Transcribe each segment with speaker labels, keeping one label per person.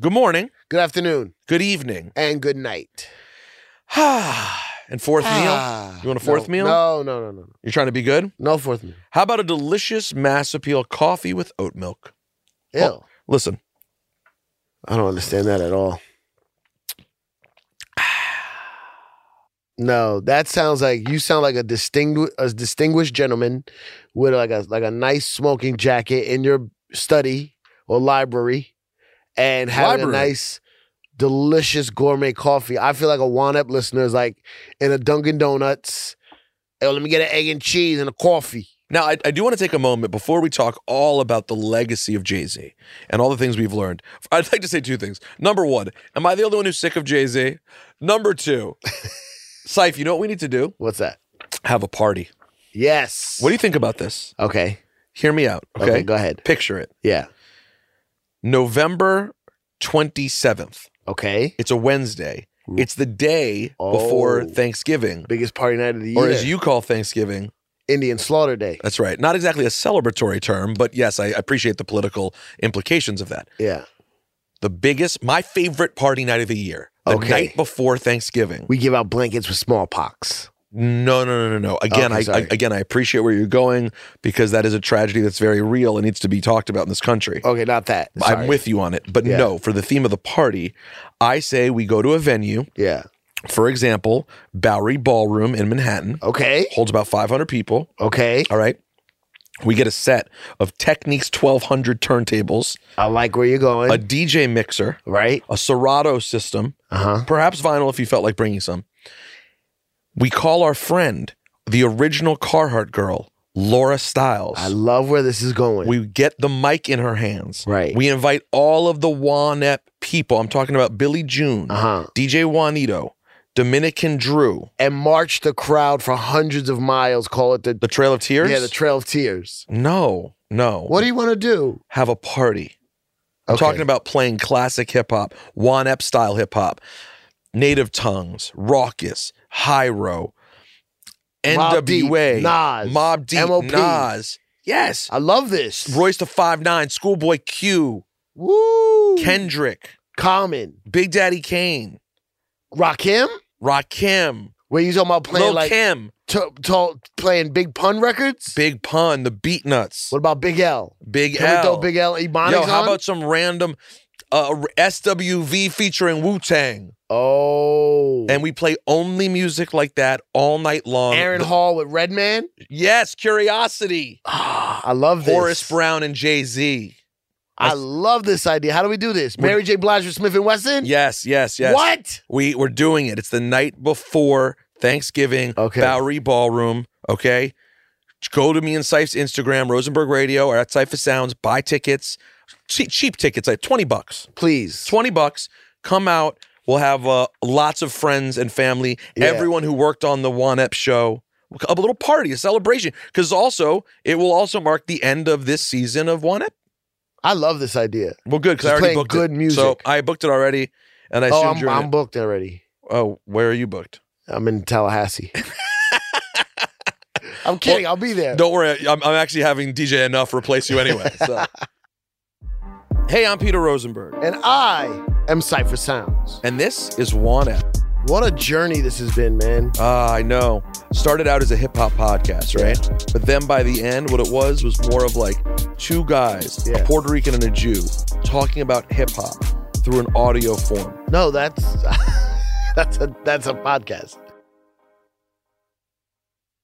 Speaker 1: Good morning.
Speaker 2: Good afternoon
Speaker 1: Good evening.
Speaker 2: and good night.
Speaker 1: and fourth meal.
Speaker 2: Ah,
Speaker 1: You want a fourth
Speaker 2: no,
Speaker 1: meal?
Speaker 2: No, no, no, no, no.
Speaker 1: You're trying to be good.
Speaker 2: No fourth meal.
Speaker 1: How about a delicious Mass Appeal coffee with oat milk?
Speaker 2: Ew.
Speaker 1: Oh. Listen,
Speaker 2: I don't understand that at all. No, that sounds like you sound like a distinguished a distinguished gentleman with like a like a nice smoking jacket in your study or library and having
Speaker 1: Library.
Speaker 2: a nice delicious gourmet coffee. I feel like a one up listener is like in a Dunkin' Donuts. Oh, let me get an egg and cheese and a coffee.
Speaker 1: now I, I do want to take a moment before we talk all about the legacy of Jay Z and all the things we've learned. I'd like to say two things. Number one, am I the only one who's sick of Jay Z? Number two, Syfe, you know what we need to do?
Speaker 2: What's that?
Speaker 1: Have a party.
Speaker 2: Yes.
Speaker 1: What do you think about this?
Speaker 2: you okay.
Speaker 1: Hear me out,
Speaker 2: okay?
Speaker 1: okay?
Speaker 2: Go ahead.
Speaker 1: Picture it.
Speaker 2: Yeah.
Speaker 1: November 27th.
Speaker 2: Okay.
Speaker 1: It's a Wednesday.
Speaker 2: Mm.
Speaker 1: It's the day before
Speaker 2: Oh.
Speaker 1: Thanksgiving,
Speaker 2: Biggest party night of the year.
Speaker 1: or as you call Thanksgiving.
Speaker 2: Indian Slaughter Day.
Speaker 1: That's right. Not exactly a celebratory term, but yes, I appreciate the political implications of that.
Speaker 2: Yeah.
Speaker 1: The biggest, my favorite party night of the year, the
Speaker 2: Okay.
Speaker 1: night before Thanksgiving.
Speaker 2: We give out blankets with smallpox.
Speaker 1: No, no, no, no, no. Again,
Speaker 2: Okay,
Speaker 1: I, I
Speaker 2: sorry.
Speaker 1: again I appreciate where you're going because that is a tragedy that's very real and needs to be talked about in this country.
Speaker 2: Okay, not that.
Speaker 1: I'm
Speaker 2: Oh, Sorry.
Speaker 1: with you on it, but
Speaker 2: Yeah.
Speaker 1: no, for the theme of the party, I say we go to a venue.
Speaker 2: Yeah.
Speaker 1: For example, Bowery Ballroom in Manhattan
Speaker 2: Okay.
Speaker 1: holds about 500 people.
Speaker 2: Okay.
Speaker 1: All right. We get a set of Techniques 1200 turntables,
Speaker 2: I like where you're going.
Speaker 1: a DJ mixer,
Speaker 2: right?
Speaker 1: a Serato system,
Speaker 2: Uh huh.
Speaker 1: perhaps vinyl if you felt like bringing some. We call our friend, the original Carhartt girl, Laura Stiles.
Speaker 2: I love where this is going.
Speaker 1: we get the mic in her hands.
Speaker 2: Right.
Speaker 1: We invite all of the Wanep people. I'm talking about Billy June,
Speaker 2: uh huh.
Speaker 1: DJ Juanito, Dominican Drew,
Speaker 2: And march the crowd for hundreds of miles. Call it the,
Speaker 1: the Trail of Tears.
Speaker 2: yeah the Trail of Tears.
Speaker 1: no, no.
Speaker 2: What do you want to do?
Speaker 1: have a party. I'm
Speaker 2: Okay.
Speaker 1: talking about playing classic hip hop, Juan Ep style hip hop, Native Tongues, Raucous, Hyro,
Speaker 2: Mobb Deep,
Speaker 1: NWA,
Speaker 2: Nas,
Speaker 1: Mob Deep,
Speaker 2: MOP.
Speaker 1: Nas. Yes.
Speaker 2: I love this.
Speaker 1: Royce to 5'9, Schoolboy Q,
Speaker 2: Woo.
Speaker 1: Kendrick,
Speaker 2: Common.
Speaker 1: Big Daddy Kane,
Speaker 2: Rakim.
Speaker 1: Rakim,
Speaker 2: Where you talking about playing
Speaker 1: Lil
Speaker 2: like
Speaker 1: Kim,
Speaker 2: to- to- playing Big Pun records?
Speaker 1: Big Pun, the Beatnuts,
Speaker 2: what about Big L?
Speaker 1: Big
Speaker 2: Can we
Speaker 1: L.
Speaker 2: throw Big L Ebonics
Speaker 1: Yo, how
Speaker 2: on?
Speaker 1: about some random uh, SWV featuring Wu Tang?
Speaker 2: oh.
Speaker 1: and we play only music like that all night long.
Speaker 2: Aaron
Speaker 1: The-
Speaker 2: Hall with Redman.
Speaker 1: yes, Curiosity,
Speaker 2: Ah, I love this.
Speaker 1: Horace Brown and Jay Z.
Speaker 2: I love this idea. How do we do this? Mary J. Blige with Smith and Wesson.
Speaker 1: Yes, yes, yes.
Speaker 2: What?
Speaker 1: We we're doing it. It's the night before Thanksgiving.
Speaker 2: Okay.
Speaker 1: Bowery Ballroom. Okay. Go to me and Sife's Instagram, Rosenberg Radio, or at Sypha Sounds. Buy tickets, che- cheap tickets, like twenty bucks.
Speaker 2: Please.
Speaker 1: 20 bucks. Come out. We'll have uh, lots of friends and family,
Speaker 2: Yeah.
Speaker 1: everyone who worked on the One Ep show. A little party, a celebration, because also it will also mark the end of this season of One Ep.
Speaker 2: I love this idea.
Speaker 1: Well, good because I
Speaker 2: Just
Speaker 1: already
Speaker 2: playing
Speaker 1: booked
Speaker 2: good
Speaker 1: it.
Speaker 2: music.
Speaker 1: So I booked it already, and I
Speaker 2: oh,
Speaker 1: assumed
Speaker 2: I'm,
Speaker 1: you're. in
Speaker 2: I'm
Speaker 1: it.
Speaker 2: booked already.
Speaker 1: oh, where are you booked?
Speaker 2: I'm in Tallahassee. I'm kidding. I'll be there.
Speaker 1: Don't worry, I'm, I'm actually having DJ Enough replace you anyway. So. hey, I'm Peter Rosenberg,
Speaker 2: And I am Cypher Sounds.
Speaker 1: and this is One Ep.
Speaker 2: What a journey this has been, man.
Speaker 1: Ah, I know. Started out as a hip hop podcast, right? But then by the end, what it was was more of like two guys,
Speaker 2: Yeah.
Speaker 1: a Puerto Rican and a Jew, talking about hip hop through an audio form.
Speaker 2: No, that's that's a that's a podcast.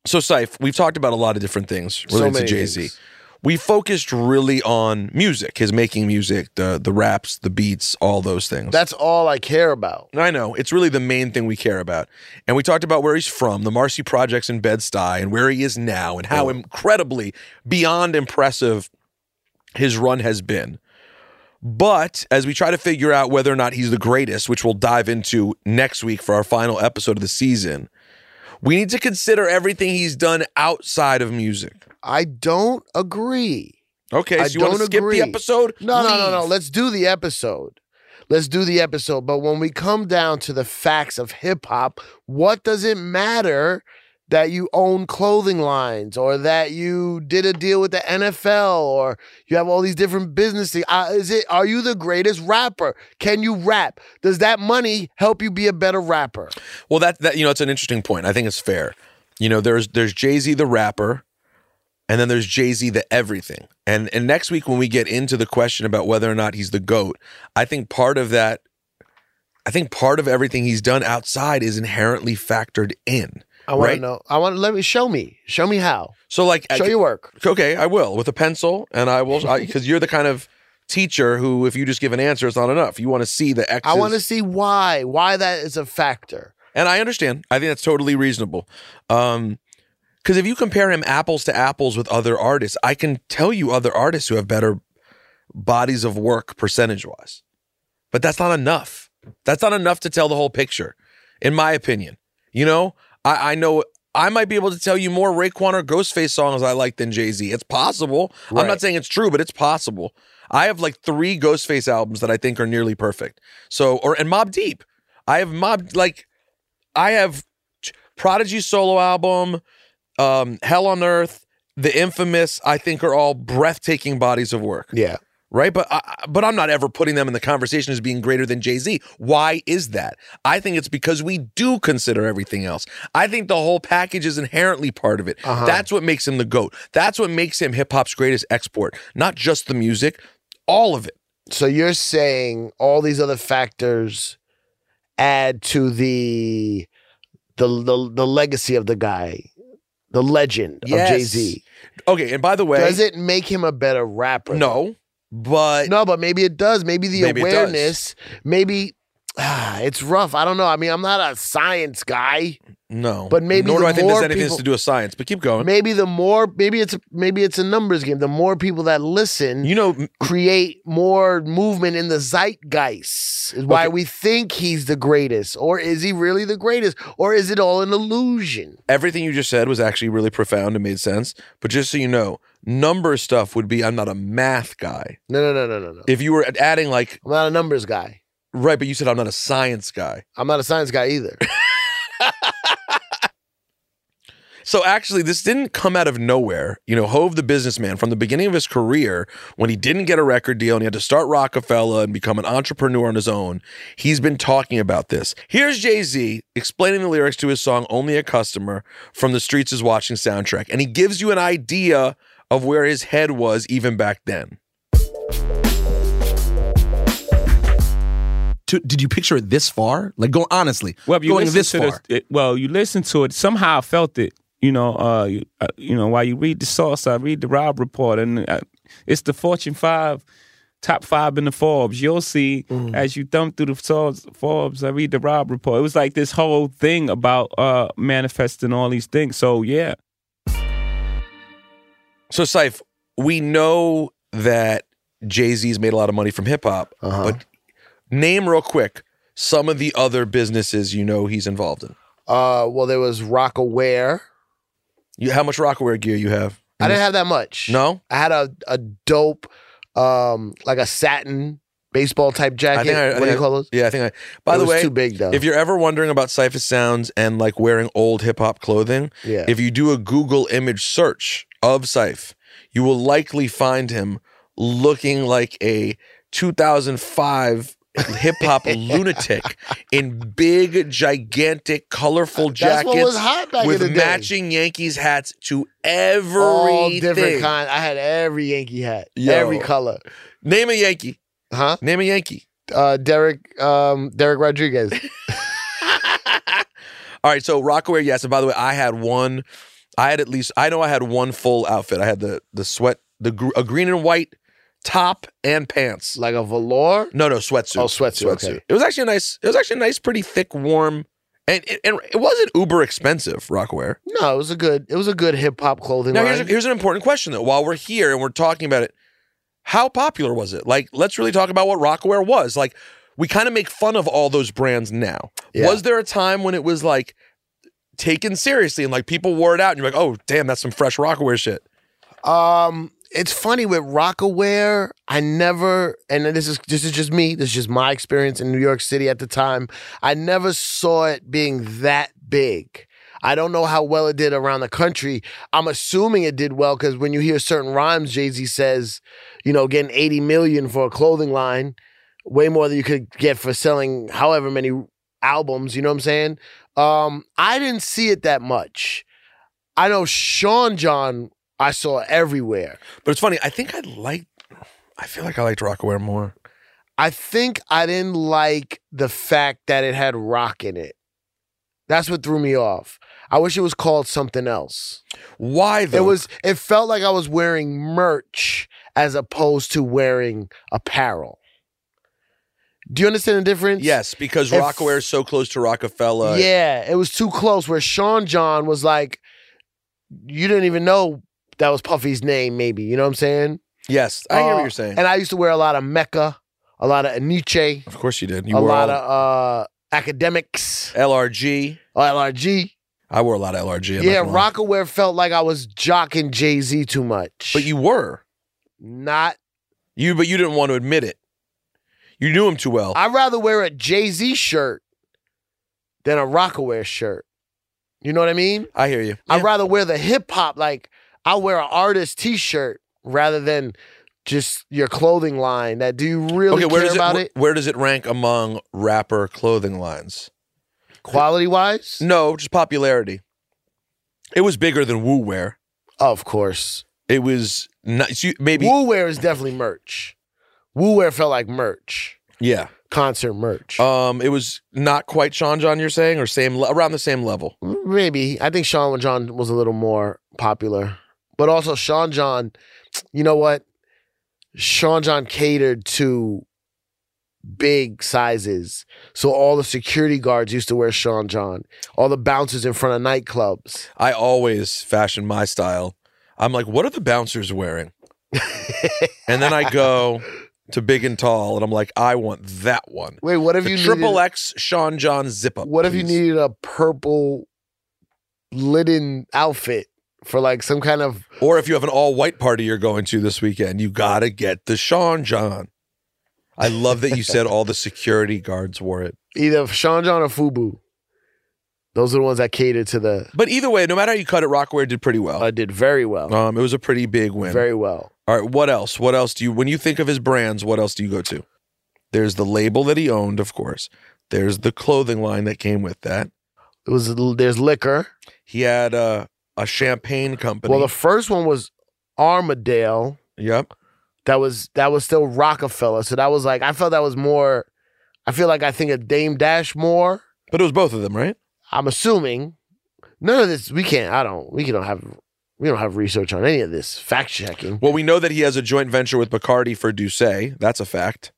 Speaker 1: So, Saif, we've talked about a lot of different things
Speaker 2: so
Speaker 1: related
Speaker 2: many
Speaker 1: to Jay Z.
Speaker 2: things.
Speaker 1: We focused really on music, his making music, the the raps, the beats, all those things.
Speaker 2: That's all I care about.
Speaker 1: I know. It's really the main thing we care about. And we talked about where he's from, the Marcy Projects in Bed-Stuy, and where he is now, and how incredibly beyond impressive his run has been. But as we try to figure out whether or not he's the greatest, which we'll dive into next week for our final episode of the season, we need to consider everything he's done outside of music.
Speaker 2: I don't agree.
Speaker 1: Okay, so
Speaker 2: I
Speaker 1: you want to
Speaker 2: don't
Speaker 1: skip
Speaker 2: agree.
Speaker 1: the episode?
Speaker 2: No, no, no, no.
Speaker 1: Leave.
Speaker 2: Let's do the episode. Let's do the episode. But when we come down to the facts of hip hop, what does it matter that you own clothing lines or that you did a deal with the NFL or you have all these different businesses. Uh, is it are you the greatest rapper? Can you rap? Does that money help you be a better rapper?
Speaker 1: Well, that that you know, it's an interesting point. I think it's fair. You know, there's there's Jay Z the rapper, and then there's Jay Z the everything. And and next week when we get into the question about whether or not he's the goat, I think part of that, I think part of everything he's done outside is inherently factored in.
Speaker 2: I want
Speaker 1: Right.
Speaker 2: to know. I want to let me show me. Show me how.
Speaker 1: So like, I-
Speaker 2: Show your work.
Speaker 1: okay, I will with a pencil, and I will because you're the kind of teacher who, if you just give an answer, it's not enough. You want to see the X's.
Speaker 2: I want to see why. Why that is a factor.
Speaker 1: And I understand. I think that's totally reasonable. Um, because if you compare him apples to apples with other artists, I can tell you other artists who have better bodies of work percentage wise. But that's not enough. That's not enough to tell the whole picture, in my opinion. You know, I, I know I might be able to tell you more Raekwon or Ghostface songs I like than Jay Z. It's possible. I'm
Speaker 2: Right.
Speaker 1: not saying it's true, but it's possible. I have like three Ghostface albums that I think are nearly perfect. So, or and Mob Deep. I have Mob like I have t- Prodigy solo album, um, Hell on Earth, The Infamous. I think are all breathtaking bodies of work,
Speaker 2: Yeah.
Speaker 1: right? But I, I- but I'm not ever putting them in the conversation as being greater than Jay Z. Why is that? I think it's because we do consider everything else. I think the whole package is inherently part of it.
Speaker 2: Uh-huh.
Speaker 1: That's what makes him the goat. That's what makes him hip hop's greatest export. Not just the music, all of it.
Speaker 2: So you're saying all these other factors add to the the the, the legacy of the guy, the legend
Speaker 1: Yes.
Speaker 2: of Jay Z.
Speaker 1: Okay, and by the way,
Speaker 2: Does it make him a better rapper?
Speaker 1: no, but
Speaker 2: No, but maybe it does. Maybe the
Speaker 1: Maybe it does.
Speaker 2: awareness. Maybe ah, it's rough. I don't know. I mean, I'm not a science guy.
Speaker 1: No,
Speaker 2: But maybe
Speaker 1: nor do
Speaker 2: the
Speaker 1: I think there's
Speaker 2: more
Speaker 1: anything
Speaker 2: people-
Speaker 1: to do with science. But keep going.
Speaker 2: Maybe the more maybe it's maybe it's a numbers game. The more people that listen,
Speaker 1: You know, m-
Speaker 2: create more movement in the zeitgeist is why
Speaker 1: Okay.
Speaker 2: we think he's the greatest or is he really the greatest or is it all an illusion
Speaker 1: everything you just said was actually really profound and made sense. But just so you know, number stuff would be I'm not a math guy.
Speaker 2: no no no no no no
Speaker 1: If you were adding like
Speaker 2: i'm not a numbers guy
Speaker 1: right, but you said I'm not a science guy.
Speaker 2: i'm not a science guy either
Speaker 1: So actually, this didn't come out of nowhere. You know, Hove the businessman from the beginning of his career, when he didn't get a record deal and he had to start Rockefeller and become an entrepreneur on his own, he's been talking about this. Here's Jay Z explaining the lyrics to his song "Only a Customer" from the Streets is Watching soundtrack, and he gives you an idea of where his head was even back then.
Speaker 3: to, did you picture it this far? Like, go honestly,
Speaker 4: Well, you
Speaker 3: going
Speaker 4: listen
Speaker 3: this
Speaker 4: to
Speaker 3: far.
Speaker 4: The, it- well, you listen to it. Somehow I felt it. You know, uh, you, uh, you know, while you read the source, I read the Rob report, and uh it's the Fortune Five, top five in the Forbes. You'll see
Speaker 3: Mm.
Speaker 4: as you thumb through the source, Forbes. I read the Rob report. It was like this whole thing about uh, manifesting all these things. So yeah,
Speaker 1: So, Seif, we know that Jay Z's made a lot of money from hip hop,
Speaker 2: Uh-huh.
Speaker 1: but name real quick some of the other businesses you know he's involved in.
Speaker 2: uh well there was rock aware
Speaker 1: You, how much Rockaware gear you have?
Speaker 2: i didn't have that much
Speaker 1: No,
Speaker 2: i had a, a dope um like a satin baseball type jacket
Speaker 1: think I- I
Speaker 2: what
Speaker 1: think
Speaker 2: do
Speaker 1: I-
Speaker 2: you call those
Speaker 1: yeah, I think. I, by
Speaker 2: It
Speaker 1: the
Speaker 2: was
Speaker 1: way,
Speaker 2: too big though
Speaker 1: if you're ever wondering about Cypher Sounds and like wearing old hip hop clothing,
Speaker 2: yeah
Speaker 1: if you do a Google image search of Syph, you will likely find him looking like a 2005 hip hop lunatic in big, gigantic, colorful
Speaker 2: that's
Speaker 1: jackets
Speaker 2: what was hot back
Speaker 1: with
Speaker 2: in the day.
Speaker 1: matching Yankees hats to everything.
Speaker 2: all different kind i had every yankee hat
Speaker 1: Yo.
Speaker 2: every color
Speaker 1: Name a Yankee.
Speaker 2: huh
Speaker 1: Name a Yankee.
Speaker 2: uh, Derek um, Derek Rodriguez.
Speaker 1: All right, so Rockaware, yes. And by the way, I had one. I had at least. I know I had one full outfit. I had the the sweat, the gr- a green and white top and pants.
Speaker 2: like a velour.
Speaker 1: No, no sweatsuit.
Speaker 2: Oh, sweatsuit, okay.
Speaker 1: It was actually a nice. It was actually a nice, pretty thick, warm, and and, and it wasn't uber expensive. Rockaware.
Speaker 2: No, it was a good it was a good hip hop clothing
Speaker 1: Now
Speaker 2: line.
Speaker 1: here's a, here's an important question though. While we're here and we're talking about it, how popular was it? Like, let's really talk about what Rockaware was. Like, we kind of make fun of all those brands now.
Speaker 2: Yeah.
Speaker 1: Was there a time when it was like taken seriously and like people wore it out and you're like, oh damn, that's some fresh Rockaware shit.
Speaker 2: um, it's funny with Rockaware. I never, and this is this is just me. This is just my experience in New York City at the time. I never saw it being that big. I don't know how well it did around the country. I'm assuming it did well because when you hear certain rhymes, Jay Z says, you know, getting 80 million for a clothing line, way more than you could get for selling however many albums. You know what I'm saying? Um, I didn't see it that much. I know Sean John. I saw everywhere.
Speaker 1: But it's funny. I think I liked. I feel like I liked Rockaware more.
Speaker 2: I think I didn't like the fact that it had rock in it. That's what threw me off. I wish it was called something else.
Speaker 1: Why though?
Speaker 2: It was it felt like I was wearing merch as opposed to wearing apparel. Do you understand the difference?
Speaker 1: yes because
Speaker 2: If-
Speaker 1: Rockaware is so close to Rockefeller.
Speaker 2: Yeah, it was too close where Sean John was like you didn't even know that was Puffy's name maybe, you know what I'm saying?
Speaker 1: Yes, I hear
Speaker 2: Uh,
Speaker 1: what you're saying.
Speaker 2: And I used to wear a lot of Mecca, a lot of Nietzsche,
Speaker 1: of course you did. You
Speaker 2: a
Speaker 1: wore
Speaker 2: lot
Speaker 1: all-
Speaker 2: of uh academics,
Speaker 1: LRG.
Speaker 2: LRG.
Speaker 1: I wore a lot of LRG. I'm not
Speaker 2: Yeah,
Speaker 1: gonna lie.
Speaker 2: Rockaware felt like I was jocking Jay Z too much.
Speaker 1: But you were
Speaker 2: not.
Speaker 1: you, but you didn't want to admit it. You knew him too well.
Speaker 2: I'd rather wear a Jay Z shirt than a Rockaware shirt. You know what I mean?
Speaker 1: I hear you.
Speaker 2: I'd rather wear the hip hop. Like I'll wear an artist T shirt rather than just your clothing line. That do you really
Speaker 1: okay, where
Speaker 2: care
Speaker 1: does
Speaker 2: about
Speaker 1: where-
Speaker 2: it?
Speaker 1: Where does it rank among rapper clothing lines?
Speaker 2: Quality wise,
Speaker 1: No, just popularity. It was bigger than Woo Wear.
Speaker 2: of course.
Speaker 1: It was not, you- maybe
Speaker 2: Woo wear is definitely merch. Woo wear felt like merch,
Speaker 1: yeah.
Speaker 2: concert merch.
Speaker 1: Um, it was not quite Sean John. You're saying or same le- around the same level.
Speaker 2: Maybe. I think Sean John was a little more popular. But also Sean John, you know what? Sean John catered to big sizes. So all the security guards used to wear Sean John. All the bouncers in front of nightclubs.
Speaker 1: I always fashion my style. I'm like, what are the bouncers wearing? and then I go to big and tall, and I'm like, I want that one.
Speaker 2: Wait, what if
Speaker 1: The
Speaker 2: you
Speaker 1: triple
Speaker 2: needed,
Speaker 1: X Sean John zip up.
Speaker 2: What if you
Speaker 1: please.
Speaker 2: needed a purple linen outfit for like some kind of
Speaker 1: Or if you have an all white party you're going to this weekend, you gotta get the Sean John. I love that you said all the security guards wore it.
Speaker 2: either Sean John or Fubu? Those are the ones that catered to the
Speaker 1: But either way, no matter how you cut it, Rockaware did pretty well.
Speaker 2: I did very well.
Speaker 1: Um, it was a pretty big win.
Speaker 2: Very well.
Speaker 1: all right, what else? What else do you when you think of his brands, what else do you go to? There's the label that he owned, of course. There's the clothing line that came with that.
Speaker 2: It was there's liquor.
Speaker 1: He had a, a champagne company.
Speaker 2: well, the first one was Armadale.
Speaker 1: yep.
Speaker 2: That was that was still Rockefeller. So that was like I felt that was more. I feel like I think of Dame Dash more.
Speaker 1: But it was both of them, right?
Speaker 2: I'm assuming none of this. We can't. I don't. We don't have. We don't have research on any of this. Fact checking.
Speaker 1: Well, we know that he has a joint venture with Bacardi for Douce. That's a fact.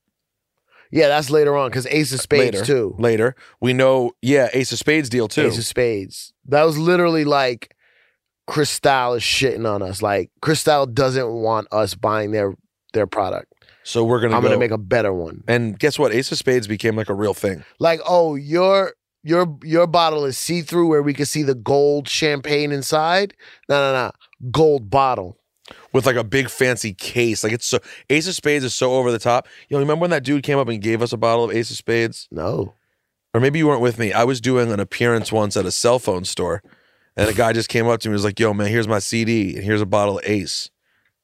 Speaker 2: Yeah, that's later on because Ace of Spades
Speaker 1: later,
Speaker 2: too.
Speaker 1: Later, we know. Yeah, Ace of Spades deal too.
Speaker 2: Ace of Spades. That was literally like Cristal is shitting on us. Like Cristal doesn't want us buying their their product.
Speaker 1: so we're gonna.
Speaker 2: I'm
Speaker 1: go.
Speaker 2: gonna make a better one.
Speaker 1: And guess what? Ace of Spades became like a real thing.
Speaker 2: like oh your your your bottle is see through where we can see the gold champagne inside no no no gold bottle
Speaker 1: with like a big fancy case. Like it's so Ace of Spades is so over the top. You know, remember when that dude came up and gave us a bottle of Ace of Spades?
Speaker 2: no
Speaker 1: Or maybe you weren't with me. I was doing an appearance once at a cell phone store, and a guy just came up to me and was like, "Yo, man, here's my CD and here's a bottle of Ace."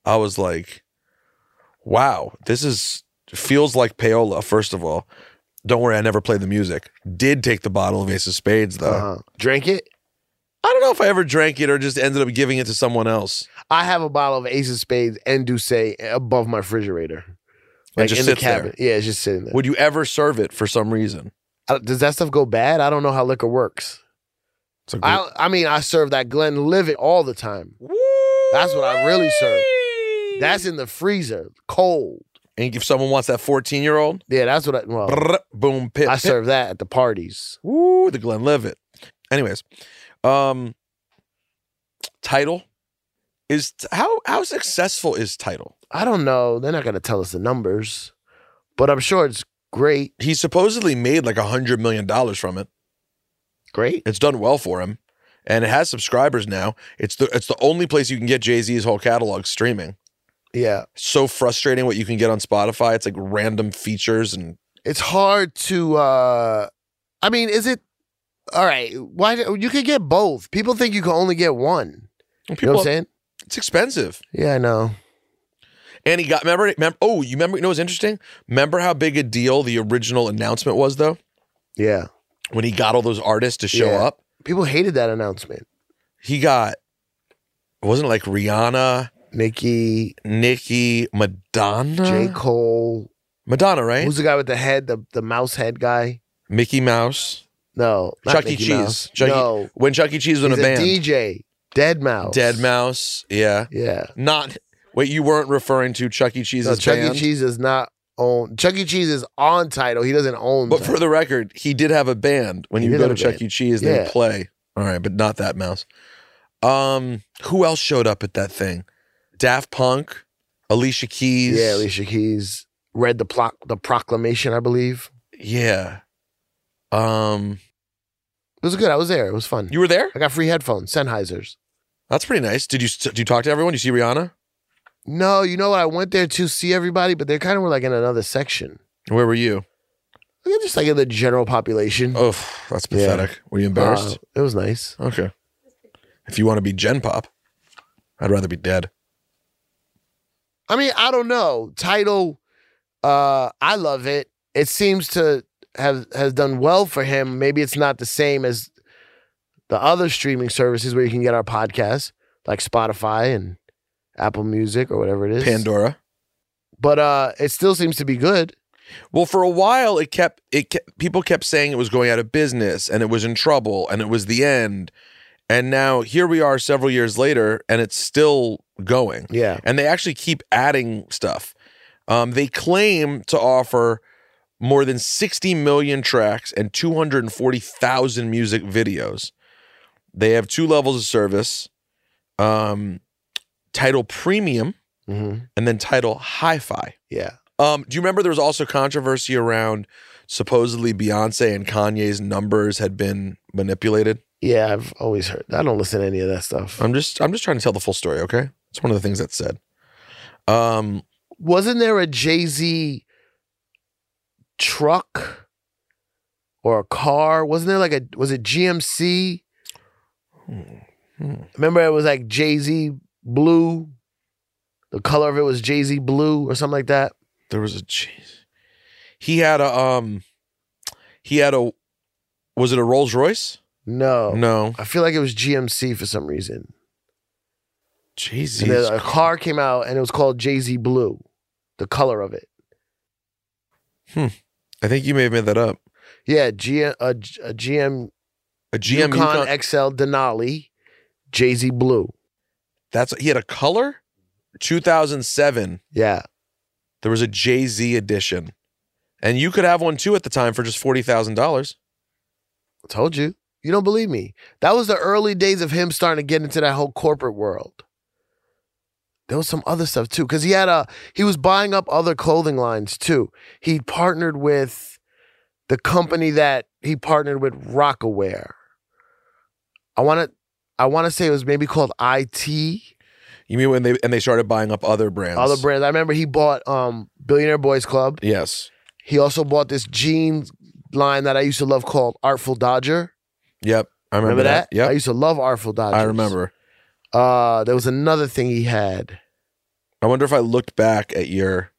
Speaker 1: I was like, "Wow, this is feels like payola." First of all, don't worry, I never played the music. Did take the bottle of Ace of Spades though.
Speaker 2: uh-huh. drink it
Speaker 1: I don't know if I ever drank it or just ended up giving it to someone else.
Speaker 2: i have a bottle of ace of spades and douce above my refrigerator like
Speaker 1: just
Speaker 2: in the
Speaker 1: sits there.
Speaker 2: cabinet yeah it's just sitting there
Speaker 1: Would you ever serve it for some reason?
Speaker 2: I- does that stuff go bad i don't know how liquor works
Speaker 1: It's a great-
Speaker 2: i i mean i serve that glenlivet all the time that's what i really serve that's in the freezer cold
Speaker 1: And if someone wants that 14 year old,
Speaker 2: yeah that's what i well
Speaker 1: boom, pip.
Speaker 2: Oh. i
Speaker 1: pip.
Speaker 2: serve that at the parties
Speaker 1: Woo, the Glenlivet. Anyways, um, title is how how successful is title?
Speaker 2: I don't know. They're not going to tell us the numbers, but I'm sure it's great.
Speaker 1: He supposedly made like a hundred million dollars from it.
Speaker 2: Great.
Speaker 1: It's done well for him, and it has subscribers now. It's the it's the only place you can get Jay Z's whole catalog streaming.
Speaker 2: Yeah.
Speaker 1: So frustrating what you can get on Spotify. It's like random features and
Speaker 2: It's hard to uh I mean, is it all right, why do- you could get both. People think you can only get one. you know what I'm saying?
Speaker 1: it's expensive.
Speaker 2: Yeah, I know.
Speaker 1: And he got remember, remember oh, you remember you know what's interesting? Remember how big a deal the original announcement was though?
Speaker 2: Yeah.
Speaker 1: When he got all those artists to show
Speaker 2: Yeah.
Speaker 1: up?
Speaker 2: People hated that announcement.
Speaker 1: He got wasn't it like Rihanna,
Speaker 2: Nicki,
Speaker 1: Nicki, Madonna?
Speaker 2: J. Cole.
Speaker 1: Madonna, Mm. right?
Speaker 2: Who's the guy with the head, the, the mouse head guy?
Speaker 1: Mickey Mouse.
Speaker 2: No. not
Speaker 1: Chuck E.
Speaker 2: Mickey
Speaker 1: Cheese.
Speaker 2: Mouse.
Speaker 1: Chuck E-
Speaker 2: no.
Speaker 1: When Chuck E. Cheese was in
Speaker 2: He's
Speaker 1: a band.
Speaker 2: DJ. Dead Mouse.
Speaker 1: Dead Mouse. Yeah.
Speaker 2: Yeah.
Speaker 1: Not wait, you weren't referring to Chuck E. Cheese's
Speaker 2: No, Chuck
Speaker 1: band.
Speaker 2: E. Cheese does not own. Chuck E. Cheese is on title. He doesn't own.
Speaker 1: But
Speaker 2: Title.
Speaker 1: for the record, he did have a band. When
Speaker 2: He
Speaker 1: you
Speaker 2: did
Speaker 1: go
Speaker 2: have
Speaker 1: to
Speaker 2: a
Speaker 1: Chuck E.
Speaker 2: band.
Speaker 1: Cheese, they would
Speaker 2: Yeah.
Speaker 1: play. All right, but not that mouse. Um, who else showed up at that thing? Daft Punk, Alicia Keys.
Speaker 2: yeah, Alicia Keys read the ploc the proclamation. I believe
Speaker 1: Yeah. Um,
Speaker 2: it was good. I was there. It was fun.
Speaker 1: you were there.
Speaker 2: I got free headphones, Sennheisers.
Speaker 1: That's pretty nice. Did you did you talk to everyone? You see Rihanna?
Speaker 2: No, you know what? I went there to see everybody, but they kind of were like in another section.
Speaker 1: Where were you?
Speaker 2: They're just like in the general population.
Speaker 1: Oh, that's
Speaker 2: Yeah.
Speaker 1: pathetic. Were you embarrassed?
Speaker 2: Uh, it was nice.
Speaker 1: okay. If you want to be Gen Pop, I'd rather be dead.
Speaker 2: I mean, I don't know. Title, uh, I love it. It seems to have has done well for him. Maybe it's not the same as the other streaming services where you can get our podcast, like Spotify and Apple Music or whatever it is.
Speaker 1: Pandora.
Speaker 2: But uh, it still seems to be good.
Speaker 1: Well, for a while, it kept it kept, people kept saying it was going out of business and it was in trouble and it was the end. And now here we are several years later and it's still going.
Speaker 2: Yeah.
Speaker 1: And they actually keep adding stuff. Um, they claim to offer more than 60 million tracks and 240,000 music videos. They have two levels of service um, title premium
Speaker 2: hmm
Speaker 1: and then title hi fi.
Speaker 2: Yeah.
Speaker 1: Um, do you remember there was also controversy around supposedly Beyonce and Kanye's numbers had been manipulated?
Speaker 2: Yeah. I've always heard. I don't listen to any of that stuff.
Speaker 1: I'm just I'm just trying to tell the full story, okay? It's one of the things that's said. Um,
Speaker 2: Wasn't there a Jay Z truck or a car? Wasn't there like a was it GMC?
Speaker 1: hmm.
Speaker 2: Remember, it was like Jay Z blue. The color of it was Jay Z blue or something like that.
Speaker 1: there was a jeez. He had a um he had a was it a Rolls Royce?
Speaker 2: No,
Speaker 1: No.
Speaker 2: I feel like it was GMC for some reason.
Speaker 1: Jesus.
Speaker 2: And then uh, a car came out and it was called Jay Z blue, the color of it.
Speaker 1: I think you may have made that up.
Speaker 2: Yeah, G- a, a GM
Speaker 1: A GM
Speaker 2: Yukon
Speaker 1: Yukon,
Speaker 2: XL Denali, Jay Z blue.
Speaker 1: that's he had a color? 2007.
Speaker 2: Yeah,
Speaker 1: There was a Jay-Z edition. And you could have one too at the time for just $40,000.
Speaker 2: I told you. You don't believe me. That was the early days of him starting to get into that whole corporate world. There was some other stuff too, because he had a he was buying up other clothing lines too. He partnered with the company that he partnered with, Rockaware. I want to I want to say it was maybe called IT.
Speaker 1: You mean when they and they started buying up other brands?
Speaker 2: Other brands. I remember he bought um Billionaire Boys Club.
Speaker 1: Yes.
Speaker 2: He also bought this jeans line that I used to love called Artful Dodger.
Speaker 1: Yep. I remember,
Speaker 2: Remember, that? I
Speaker 1: Yep.
Speaker 2: used to love Artful Dodgers.
Speaker 1: I, remember.
Speaker 2: Uh, there was another thing he had.
Speaker 1: I wonder if I looked back at your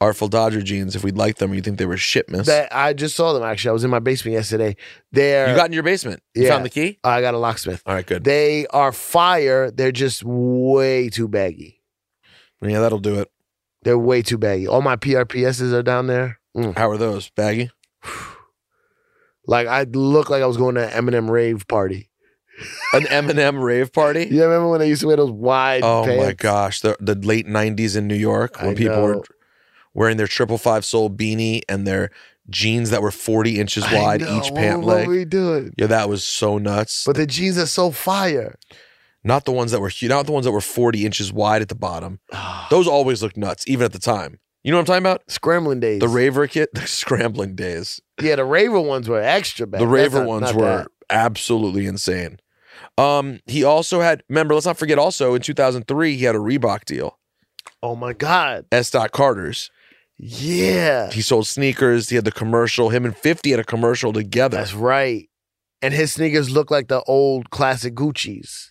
Speaker 1: Artful Dodger jeans, if we'd like them, or you think they were shipments.
Speaker 2: That I just saw them actually. I was in my basement yesterday.
Speaker 1: you
Speaker 2: They're
Speaker 1: got in your basement. You
Speaker 2: Yeah.
Speaker 1: found the key?
Speaker 2: I got a locksmith.
Speaker 1: All right, good.
Speaker 2: They are fire. They're just way too baggy.
Speaker 1: yeah, that'll do it.
Speaker 2: They're way too baggy. All my PRPSs are down there. Mm.
Speaker 1: How are those? Baggy?
Speaker 2: Like I look like I was going to an Eminem rave party.
Speaker 1: An Eminem rave party?
Speaker 2: You remember when they used to wear those wide
Speaker 1: Oh
Speaker 2: pants?
Speaker 1: my gosh. The the late nineties in New York when
Speaker 2: I
Speaker 1: people were
Speaker 2: know.
Speaker 1: wearing their triple five sole beanie and their jeans that were forty inches
Speaker 2: I
Speaker 1: wide
Speaker 2: know.
Speaker 1: each
Speaker 2: What
Speaker 1: pant
Speaker 2: were
Speaker 1: leg.
Speaker 2: we doing?
Speaker 1: yeah, that was so nuts.
Speaker 2: But the jeans are so fire.
Speaker 1: Not the ones that were hu- not the ones that were 40 inches wide at the bottom. Those always looked nuts, even at the time. You know what I'm talking about?
Speaker 2: Scrambling days.
Speaker 1: The raver kit, the scrambling days.
Speaker 2: yeah, the raver ones were extra bad.
Speaker 1: the
Speaker 2: That's
Speaker 1: raver
Speaker 2: not-
Speaker 1: ones
Speaker 2: not
Speaker 1: were
Speaker 2: that.
Speaker 1: absolutely insane. Um, he also had remember, let's not forget also in 2003 he had a Reebok deal.
Speaker 2: Oh my god.
Speaker 1: S. Dot Carter's.
Speaker 2: Yeah.
Speaker 1: He sold sneakers. He had the commercial. Him and 50 had a commercial together.
Speaker 2: That's right. and his sneakers look like the old classic Gucci's.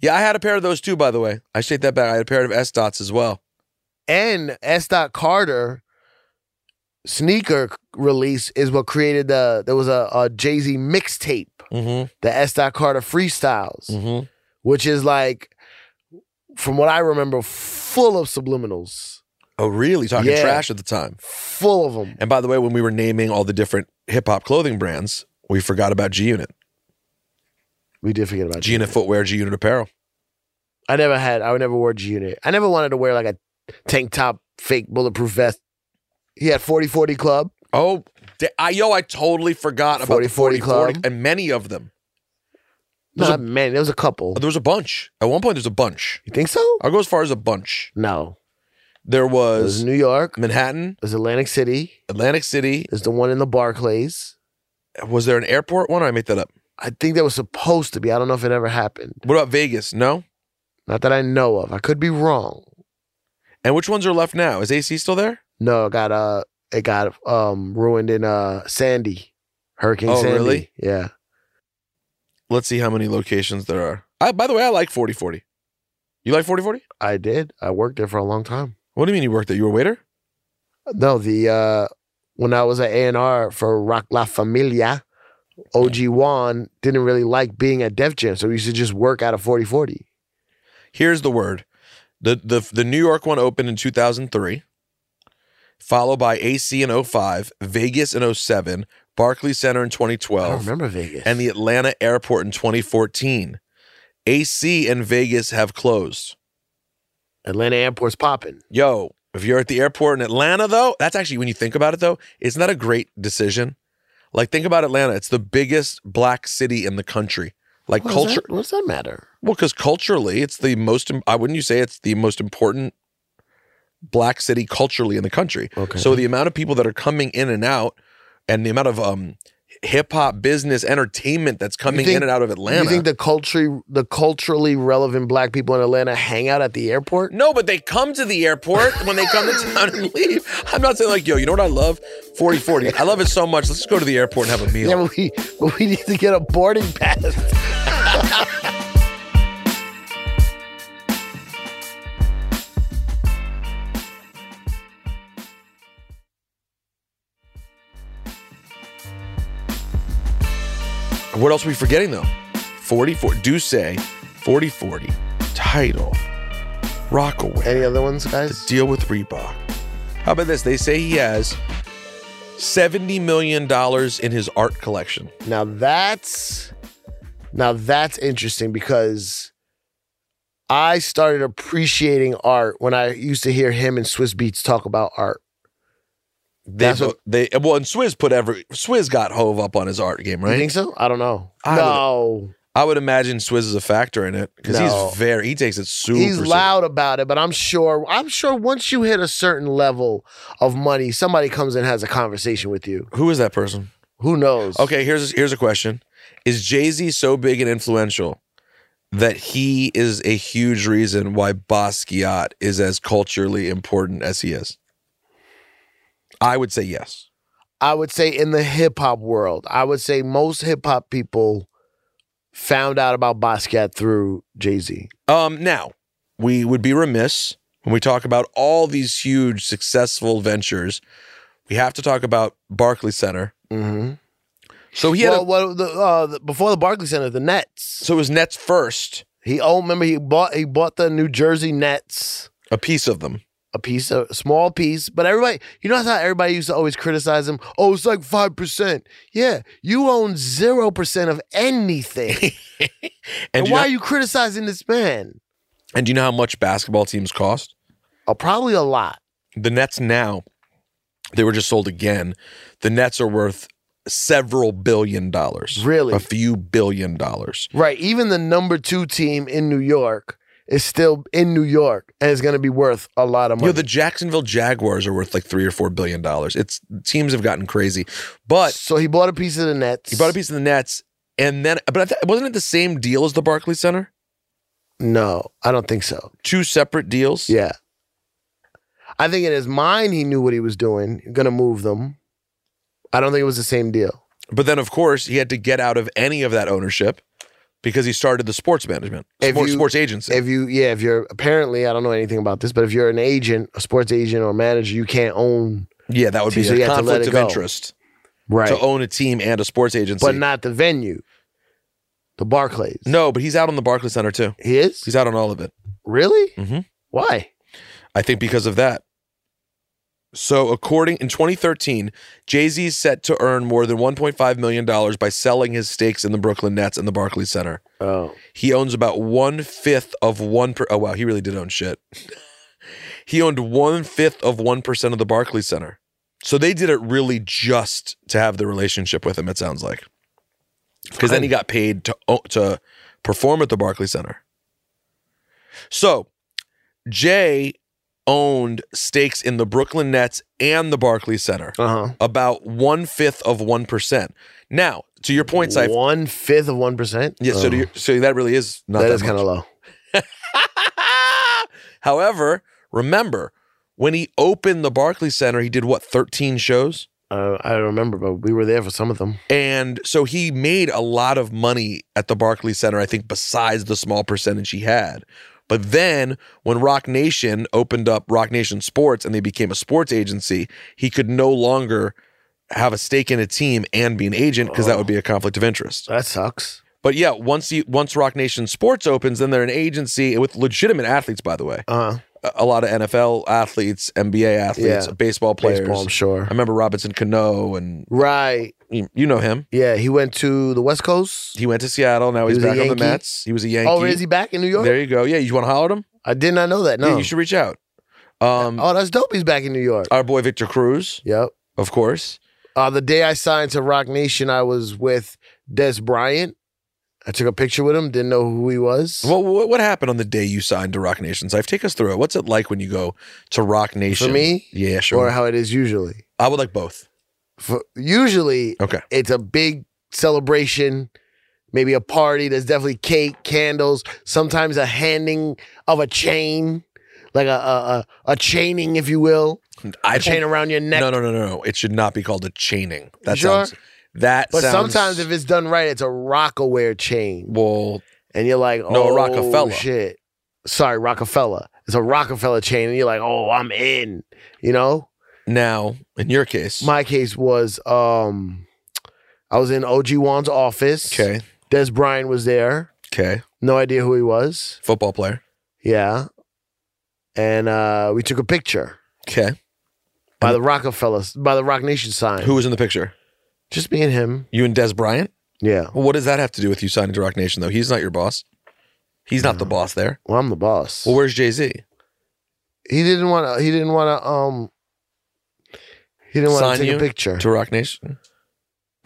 Speaker 1: Yeah, I had a pair of those too, by the way. I take that back. I had a pair of S dots as well.
Speaker 2: and S. Dot Carter sneaker release is what created the there was a, a Jay Z mixtape,
Speaker 1: Mm-hmm.
Speaker 2: the S. Dot Carter freestyles,
Speaker 1: Mm-hmm.
Speaker 2: which is like, from what I remember, full of subliminals,
Speaker 1: Oh, really? Talking
Speaker 2: Yeah.
Speaker 1: trash at the time.
Speaker 2: full of them.
Speaker 1: And by the way, when we were naming all the different hip hop clothing brands, we forgot about G Unit,
Speaker 2: We did forget about
Speaker 1: G
Speaker 2: G.
Speaker 1: Unit footwear, G Unit apparel.
Speaker 2: I never had. I never wore G Unit. I never wanted to wear like a tank top, fake bulletproof vest. He had 40-40 Club.
Speaker 1: Oh, da- I, yo, I totally forgot about
Speaker 2: 40,
Speaker 1: the 40
Speaker 2: Club.
Speaker 1: and many of them. There's
Speaker 2: Not many. There was a couple.
Speaker 1: Oh, There was a bunch. At one point, there's a bunch.
Speaker 2: You think so?
Speaker 1: I'll go as far as a bunch.
Speaker 2: No.
Speaker 1: There
Speaker 2: It was
Speaker 1: was
Speaker 2: New York. It
Speaker 1: Manhattan,
Speaker 2: was Atlantic City.
Speaker 1: Atlantic City.
Speaker 2: There's the one in the Barclays.
Speaker 1: Was there an airport one? Or I made that up.
Speaker 2: I think that was supposed to be. I don't know if it ever happened.
Speaker 1: What about Vegas? No.
Speaker 2: Not that I know of. I could be wrong.
Speaker 1: And which ones are left now? Is AC still there?
Speaker 2: No, it got uh it got um ruined in uh Sandy. Hurricane
Speaker 1: Oh,
Speaker 2: Sandy.
Speaker 1: really?
Speaker 2: Yeah.
Speaker 1: Let's see how many locations there are. I, by the way, I like 4040. You like 4040?
Speaker 2: I did. I worked there for a long time.
Speaker 1: What do you mean you worked there? You were a waiter?
Speaker 2: No, the uh when I was at A&R for Rock La Familia, OG Juan didn't really like being at Def Jam, so we used to just work out of 4040.
Speaker 1: Here's the word. The the the New York one opened in 2003, followed by AC in 05, Vegas in 07, Barclays Center in
Speaker 2: I don't
Speaker 1: 2012,
Speaker 2: remember Vegas.
Speaker 1: Oh. and the Atlanta Airport in 2014. AC and Vegas have closed.
Speaker 2: Atlanta airport's popping.
Speaker 1: Yo, if you're at the airport in Atlanta though, that's actually when you think about it though, isn't that a great decision? Like think about Atlanta, it's the biggest black city in the country. Like
Speaker 2: What does
Speaker 1: culture
Speaker 2: that- what does that matter?
Speaker 1: Well, because culturally, it's the most. im- I wouldn't you say it's the most important black city culturally in the country.
Speaker 2: Okay.
Speaker 1: So the amount of people that are coming in and out, and the amount of um, hip hop business entertainment that's coming
Speaker 2: think-
Speaker 1: in and out of Atlanta.
Speaker 2: You think the culture, the culturally relevant black people in Atlanta hang out at the airport?
Speaker 1: no, but they come to the airport when they come to town and leave. I'm not saying like, yo, you know what I love? 4040. I love it so much. Let's just go to the airport and have a meal.
Speaker 2: Yeah, but we, but we need to get a boarding pass.
Speaker 1: What else are we forgetting though? 44 do say 4040 title Rockaway.
Speaker 2: Any other ones,
Speaker 1: to
Speaker 2: guys?
Speaker 1: deal with Reebok. How about this? They say he has $70 million in his art collection.
Speaker 2: Now that's, now that's interesting because I started appreciating art when I used to hear him and Swiss Beats talk about art.
Speaker 1: They,
Speaker 2: That's what-
Speaker 1: they well, and Swizz put every Swizz got Hove up on his art game,
Speaker 2: You
Speaker 1: right?
Speaker 2: think so? I don't know.
Speaker 1: I don't-
Speaker 2: no,
Speaker 1: I would imagine Swizz is a factor in it because
Speaker 2: No.
Speaker 1: he's very he takes it super.
Speaker 2: he's
Speaker 1: serious.
Speaker 2: loud about it, but I'm sure, I'm sure once you hit a certain level of money, somebody comes and has a conversation with you.
Speaker 1: Who is that person?
Speaker 2: Who knows?
Speaker 1: Okay, here's here's a question: Is Jay Z so big and influential that he is a huge reason why Basquiat is as culturally important as he is? I would say yes.
Speaker 2: I would say in the hip hop world, I would say most hip hop people found out about Basquiat through Jay Z.
Speaker 1: Um, now, we would be remiss when we talk about all these huge successful ventures. We have to talk about Barclays Center.
Speaker 2: Mm-hmm.
Speaker 1: So he had
Speaker 2: Well,
Speaker 1: a,
Speaker 2: well, the, uh, the- before the Barclays Center, the Nets.
Speaker 1: so it was Nets first,
Speaker 2: He owned. Remember, he bought he bought the New Jersey Nets.
Speaker 1: a piece of them.
Speaker 2: A piece, a small piece, but everybody, you know how everybody used to always criticize him. Oh, it's like five percent. Yeah, you own zero percent of anything.
Speaker 1: And
Speaker 2: and
Speaker 1: do,
Speaker 2: why
Speaker 1: you
Speaker 2: are
Speaker 1: know,
Speaker 2: you criticizing this man?
Speaker 1: and do you know how much basketball teams cost?
Speaker 2: Oh, probably a lot.
Speaker 1: The Nets now, they were just sold again. The Nets are worth several billion dollars.
Speaker 2: Really?
Speaker 1: A few billion dollars.
Speaker 2: Right. Even the number two team in New York is still in New York and it's going to be worth a lot of
Speaker 1: You
Speaker 2: money.
Speaker 1: know, the Jacksonville Jaguars are worth like three or four billion dollars. It's teams have gotten crazy. But
Speaker 2: so he bought a piece of the Nets.
Speaker 1: He bought a piece of the Nets, and then, but I th- wasn't it the same deal as the Barclays Center?
Speaker 2: No, I don't think so.
Speaker 1: Two separate deals.
Speaker 2: Yeah. I think in his mind, he knew what he was doing, going to move them. I don't think it was the same deal.
Speaker 1: But then, of course, he had to get out of any of that ownership because he started the sports management,
Speaker 2: If
Speaker 1: sports,
Speaker 2: you-
Speaker 1: sports agency.
Speaker 2: If you, yeah, if you're apparently, I don't know anything about this, but if you're an agent, a sports agent or manager, you can't own
Speaker 1: yeah, that would be
Speaker 2: So you
Speaker 1: a
Speaker 2: had to
Speaker 1: conflict
Speaker 2: let it
Speaker 1: of
Speaker 2: go.
Speaker 1: interest
Speaker 2: right,
Speaker 1: to own a team and a sports agency.
Speaker 2: but not the venue, the Barclays.
Speaker 1: no, but he's out on the Barclays Center too.
Speaker 2: he is
Speaker 1: He's out on all of it.
Speaker 2: really.
Speaker 1: Mhm.
Speaker 2: Why?
Speaker 1: I think because of that. So, according in 2013, Jay Z is set to earn more than 1.5 million dollars by selling his stakes in the Brooklyn Nets and the Barclays Center.
Speaker 2: Oh,
Speaker 1: He owns about one fifth of one. Per- oh wow, he really did own shit. he owned one fifth of one percent of the Barclays Center. So they did it really just to have the relationship with him. It sounds like because then he got paid to o- to perform at the Barclays Center. So Jay owned stakes in the Brooklyn Nets and the Barclays Center,
Speaker 2: uh huh.
Speaker 1: about one fifth of one percent. Now, to your point, Sif.
Speaker 2: One fifth of one percent. Oh.
Speaker 1: Yeah, so, to your, so that really is not that,
Speaker 2: that is
Speaker 1: much.
Speaker 2: kind of low.
Speaker 1: However, remember when he opened the Barclays Center, he did what 13 shows,
Speaker 2: Uh, I don't remember, but we were there for some of them.
Speaker 1: and so he made a lot of money at the Barclays Center. I think besides the small percentage he had. But then when Rock Nation opened up Rock Nation Sports and they became a sports agency, he could no longer have a stake in a team and be an agent because that would be a conflict of interest.
Speaker 2: That sucks.
Speaker 1: But yeah, once you once Rock Nation Sports opens, then they're an agency with legitimate athletes, by the way.
Speaker 2: Uh huh.
Speaker 1: a- a lot of NFL athletes, NBA athletes,
Speaker 2: Yeah.
Speaker 1: baseball players.
Speaker 2: Baseball, I'm sure.
Speaker 1: I remember Robinson Cano, and
Speaker 2: Right.
Speaker 1: you you know him.
Speaker 2: Yeah, he went to the West Coast.
Speaker 1: He went to Seattle. Now
Speaker 2: He
Speaker 1: he's
Speaker 2: was a
Speaker 1: back on the
Speaker 2: Yankee?
Speaker 1: Mets. He was a Yankee.
Speaker 2: Oh, is he back in New York?
Speaker 1: There you go. Yeah, you want to holler at him?
Speaker 2: I did not know that. No.
Speaker 1: Yeah, you should Oh. reach out. Um,
Speaker 2: Oh, that's dope. He's back in New York.
Speaker 1: Our boy Victor Cruz,
Speaker 2: Yep.
Speaker 1: of course.
Speaker 2: Uh, the day I signed to Rock Nation, I was with Des Bryant. I took a picture with him. Didn't know who he was.
Speaker 1: Well, what, what happened on the day you signed to Rock Nation? I've take us through it. What's it like when you go to Rock Nation?
Speaker 2: me?
Speaker 1: yeah,
Speaker 2: or
Speaker 1: sure.
Speaker 2: how it is usually.
Speaker 1: I would like both.
Speaker 2: For, usually,
Speaker 1: Okay.
Speaker 2: it's a big celebration, maybe a party. There's definitely cake, candles, sometimes a handing of a chain, like a a, a, a chaining, if you will,
Speaker 1: I
Speaker 2: a chain around your neck.
Speaker 1: No, no, no, no, no. It should not be called a chaining. That
Speaker 2: Sure.
Speaker 1: sounds. That
Speaker 2: but
Speaker 1: sounds-
Speaker 2: sometimes, if it's done right, it's a Rockaware chain.
Speaker 1: well,
Speaker 2: and you're like, oh,
Speaker 1: No, a Rockefeller.
Speaker 2: shit. Sorry, Rockefeller. It's a Rockefeller chain, and you're like, oh, I'm in. You know,
Speaker 1: now in your case,
Speaker 2: my case was, um, I was in OG Juan's office.
Speaker 1: okay,
Speaker 2: Des Bryant was there.
Speaker 1: okay,
Speaker 2: No idea who he was.
Speaker 1: football player.
Speaker 2: Yeah, and uh, we took a picture
Speaker 1: Okay.
Speaker 2: by the Rockefeller, by the Rock Nation sign.
Speaker 1: Who was in the picture?
Speaker 2: Just me and him.
Speaker 1: You and Des Bryant?
Speaker 2: Yeah.
Speaker 1: Well, what does that have to do with you signing to Rock Nation, though? He's not your boss. He's
Speaker 2: Mm-hmm.
Speaker 1: not the boss there.
Speaker 2: Well, I'm the boss.
Speaker 1: Well, where's Jay Z?
Speaker 2: he didn't want to. He didn't want to. Um. He didn't want
Speaker 1: Sign
Speaker 2: to take
Speaker 1: you
Speaker 2: a picture.
Speaker 1: To Rock Nation?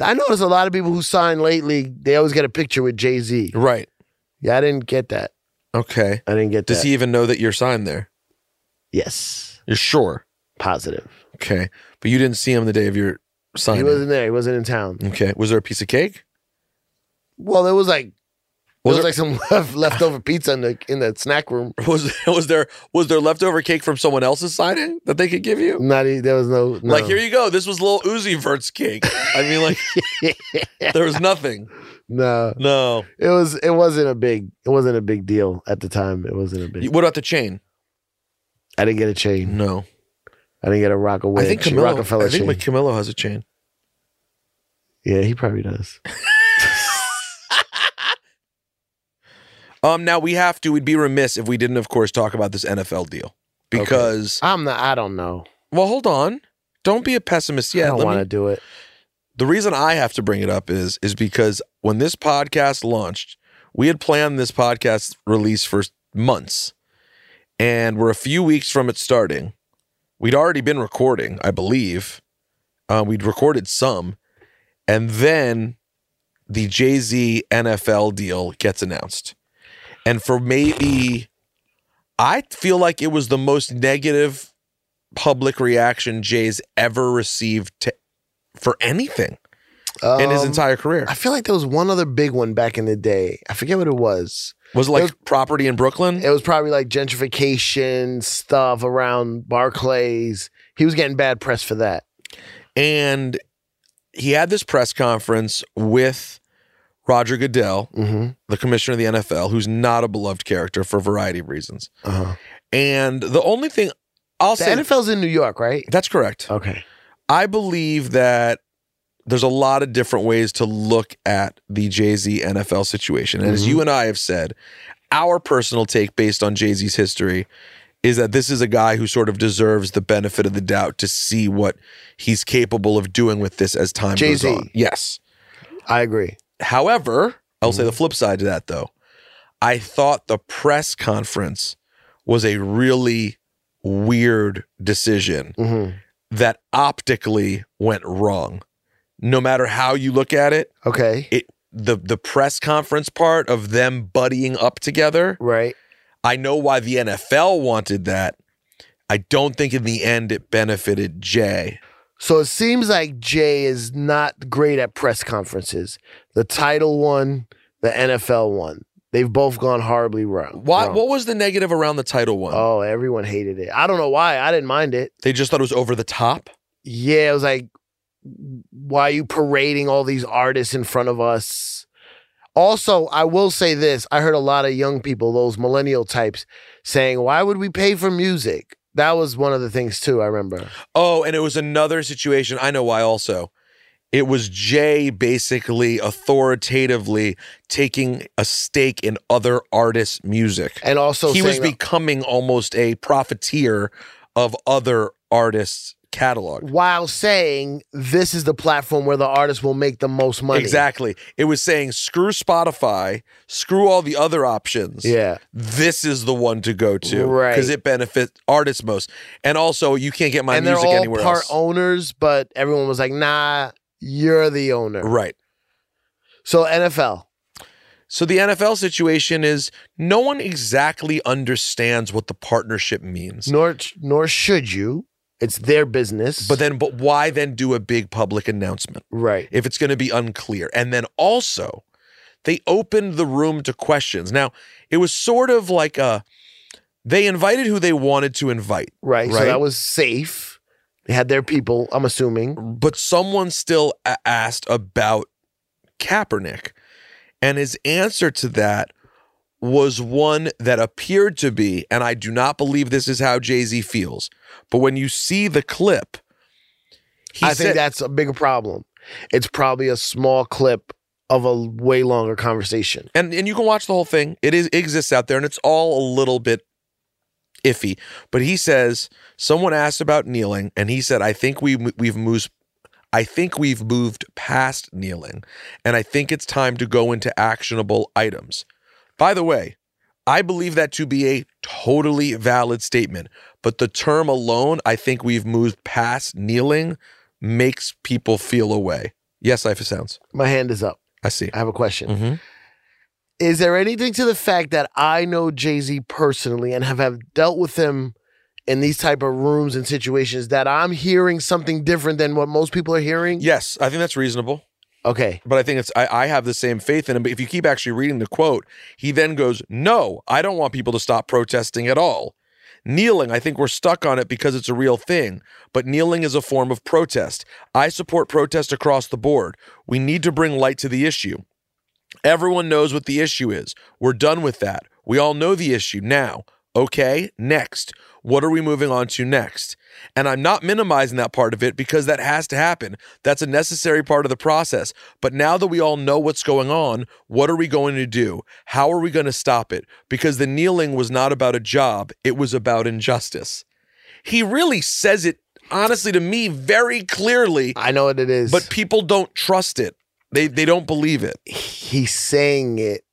Speaker 2: I notice a lot of people who sign lately, they always get a picture with Jay Z.
Speaker 1: Right.
Speaker 2: Yeah, I didn't get that.
Speaker 1: Okay.
Speaker 2: I didn't get
Speaker 1: Does
Speaker 2: that.
Speaker 1: he even know that you're signed there?
Speaker 2: yes,
Speaker 1: You're sure.
Speaker 2: positive.
Speaker 1: Okay. But you didn't see him the day of your
Speaker 2: He
Speaker 1: signing.
Speaker 2: wasn't there. He wasn't in town.
Speaker 1: okay. Was there a piece of cake?
Speaker 2: Well, there was like there
Speaker 1: Was
Speaker 2: was like some left, leftover pizza in the in the snack room.
Speaker 1: Was was there was there leftover cake from someone else's signing that they could give you?
Speaker 2: Not e- there was no, no.
Speaker 1: Like here you go. This was little Uzi Vert's cake. I mean, like there was nothing.
Speaker 2: no.
Speaker 1: No.
Speaker 2: It was it wasn't a big it wasn't a big deal at the time. It wasn't a big.
Speaker 1: What about the chain?
Speaker 2: I didn't get a chain.
Speaker 1: No.
Speaker 2: I didn't get a Rockaway.
Speaker 1: I think
Speaker 2: ch-
Speaker 1: Camilo,
Speaker 2: Rockefeller
Speaker 1: I think
Speaker 2: chain.
Speaker 1: like Camilo has a chain.
Speaker 2: yeah, he probably does.
Speaker 1: Um, now we have to. We'd be remiss if we didn't, of course, talk about this NFL deal because.
Speaker 2: I'm not. I don't know.
Speaker 1: Well, hold on. Don't be a pessimist
Speaker 2: I
Speaker 1: yet.
Speaker 2: don't
Speaker 1: Let
Speaker 2: want to
Speaker 1: me-
Speaker 2: do it.
Speaker 1: the reason I have to bring it up is is because when this podcast launched, we had planned this podcast release for months, and we're a few weeks from it starting. We'd already been recording, I believe. Uh, we'd recorded some, and then the Jay Z NFL deal gets announced, and for maybe, I feel like it was the most negative public reaction Jay's ever received to for anything in his
Speaker 2: Um,
Speaker 1: entire career.
Speaker 2: I feel like there was one other big one back in the day. I forget what it was.
Speaker 1: Was it
Speaker 2: it
Speaker 1: like
Speaker 2: was-
Speaker 1: property in Brooklyn?
Speaker 2: It was probably like gentrification stuff around Barclays. He was getting bad press for that.
Speaker 1: and he had this press conference with Roger Goodell,
Speaker 2: Mm-hmm.
Speaker 1: the commissioner of the NFL, who's not a beloved character for a variety of reasons.
Speaker 2: Uh-huh.
Speaker 1: And the only thing I'll
Speaker 2: The
Speaker 1: say
Speaker 2: NFL's in New York, right?
Speaker 1: that's correct.
Speaker 2: Okay.
Speaker 1: I believe that there's a lot of different ways to look at the Jay Z NFL situation. And as
Speaker 2: Mhm.
Speaker 1: you and I have said, our personal take based on Jay Z's history is that this is a guy who sort of deserves the benefit of the doubt to see what he's capable of doing with this as time
Speaker 2: Jay-Z.
Speaker 1: goes on. Yes.
Speaker 2: I agree.
Speaker 1: However, I'll say the flip side to that though. I thought the press conference was a really weird decision
Speaker 2: hmm
Speaker 1: that optically went wrong. No matter how you look at it,
Speaker 2: Okay.
Speaker 1: the the press conference part of them buddying up together,
Speaker 2: Right.
Speaker 1: I know why the NFL wanted that. I don't think in the end it benefited Jay.
Speaker 2: So it seems like Jay is not great at press conferences. The title one, the NFL one. They've both gone horribly wrong.
Speaker 1: Why,
Speaker 2: wrong.
Speaker 1: what was the negative around the title one?
Speaker 2: Oh, everyone hated it. I don't know why. I didn't mind it.
Speaker 1: they just thought it was over the top.
Speaker 2: Yeah, it was like, why are you parading all these artists in front of us? Also, I will say this I heard a lot of young people, those millennial types, saying, why would we pay for music? That was one of the things, too, I remember.
Speaker 1: Oh, and it was another situation. I know why also. It was Jay basically authoritatively taking a stake in other artists' music.
Speaker 2: And also,
Speaker 1: he was
Speaker 2: saying, uh,
Speaker 1: becoming almost a profiteer of other artists' catalog.
Speaker 2: uh, while saying this is the platform where the artist will make the most money.
Speaker 1: Exactly. It was saying screw Spotify, screw all the other options.
Speaker 2: Yeah.
Speaker 1: This is the one to go to
Speaker 2: Right.
Speaker 1: because it benefits artists most. And also, you can't get my
Speaker 2: and they're
Speaker 1: music
Speaker 2: all
Speaker 1: anywhere
Speaker 2: part
Speaker 1: else.
Speaker 2: owners, but everyone was like, nah, you're the owner.
Speaker 1: right.
Speaker 2: So, NFL.
Speaker 1: So the NFL situation is no one exactly understands what the partnership means.
Speaker 2: Nor nor should you. It's their business.
Speaker 1: But then but why then do a big public announcement?
Speaker 2: right.
Speaker 1: if it's going to be unclear. And then also, they opened the room to questions. Now, it was sort of like a they invited who they wanted to invite,
Speaker 2: right, So
Speaker 1: Right.
Speaker 2: that was safe. They had their people. I'm assuming.
Speaker 1: but someone still a- asked about Kaepernick. And his answer to that was one that appeared to be, and I do not believe this is how Jay Z feels, but when you see the clip, he
Speaker 2: I think
Speaker 1: said-
Speaker 2: that's a bigger problem. It's probably a small clip of a way longer conversation.
Speaker 1: and and you can watch the whole thing. It is exists out there, and it's all a little bit iffy. But he says someone asked about kneeling, and he said, "I think we we've moved." I think we've moved past kneeling, and I think it's time to go into actionable items. By the way, I believe that to be a totally valid statement, but the term alone, I think we've moved past kneeling, makes people feel away. Yes, I sounds.
Speaker 2: My hand is up.
Speaker 1: I see.
Speaker 2: I have a question.
Speaker 1: Mm-hmm.
Speaker 2: Is there anything to the fact that I know Jay Z personally and have, have dealt with him in these type of rooms and situations that I'm hearing something different than what most people are hearing?
Speaker 1: Yes, I think that's reasonable.
Speaker 2: Okay.
Speaker 1: But I think it's I, I have the same faith in him. But if you keep actually reading the quote, he then goes, No, I don't want people to stop protesting at all. Kneeling, I think we're stuck on it because it's a real thing, but kneeling is a form of protest. I support protest across the board. We need to bring light to the issue. Everyone knows what the issue is. We're done with that. We all know the issue now. Okay, next. What are we moving on to next? And I'm not minimizing that part of it because that has to happen. That's a necessary part of the process. But now that we all know what's going on, what are we going to do? How are we going to stop it? Because the kneeling was not about a job, it was about injustice. He really says it, honestly, to me very clearly,
Speaker 2: I know what it is.
Speaker 1: but people don't trust it. They, they don't believe it.
Speaker 2: he's saying it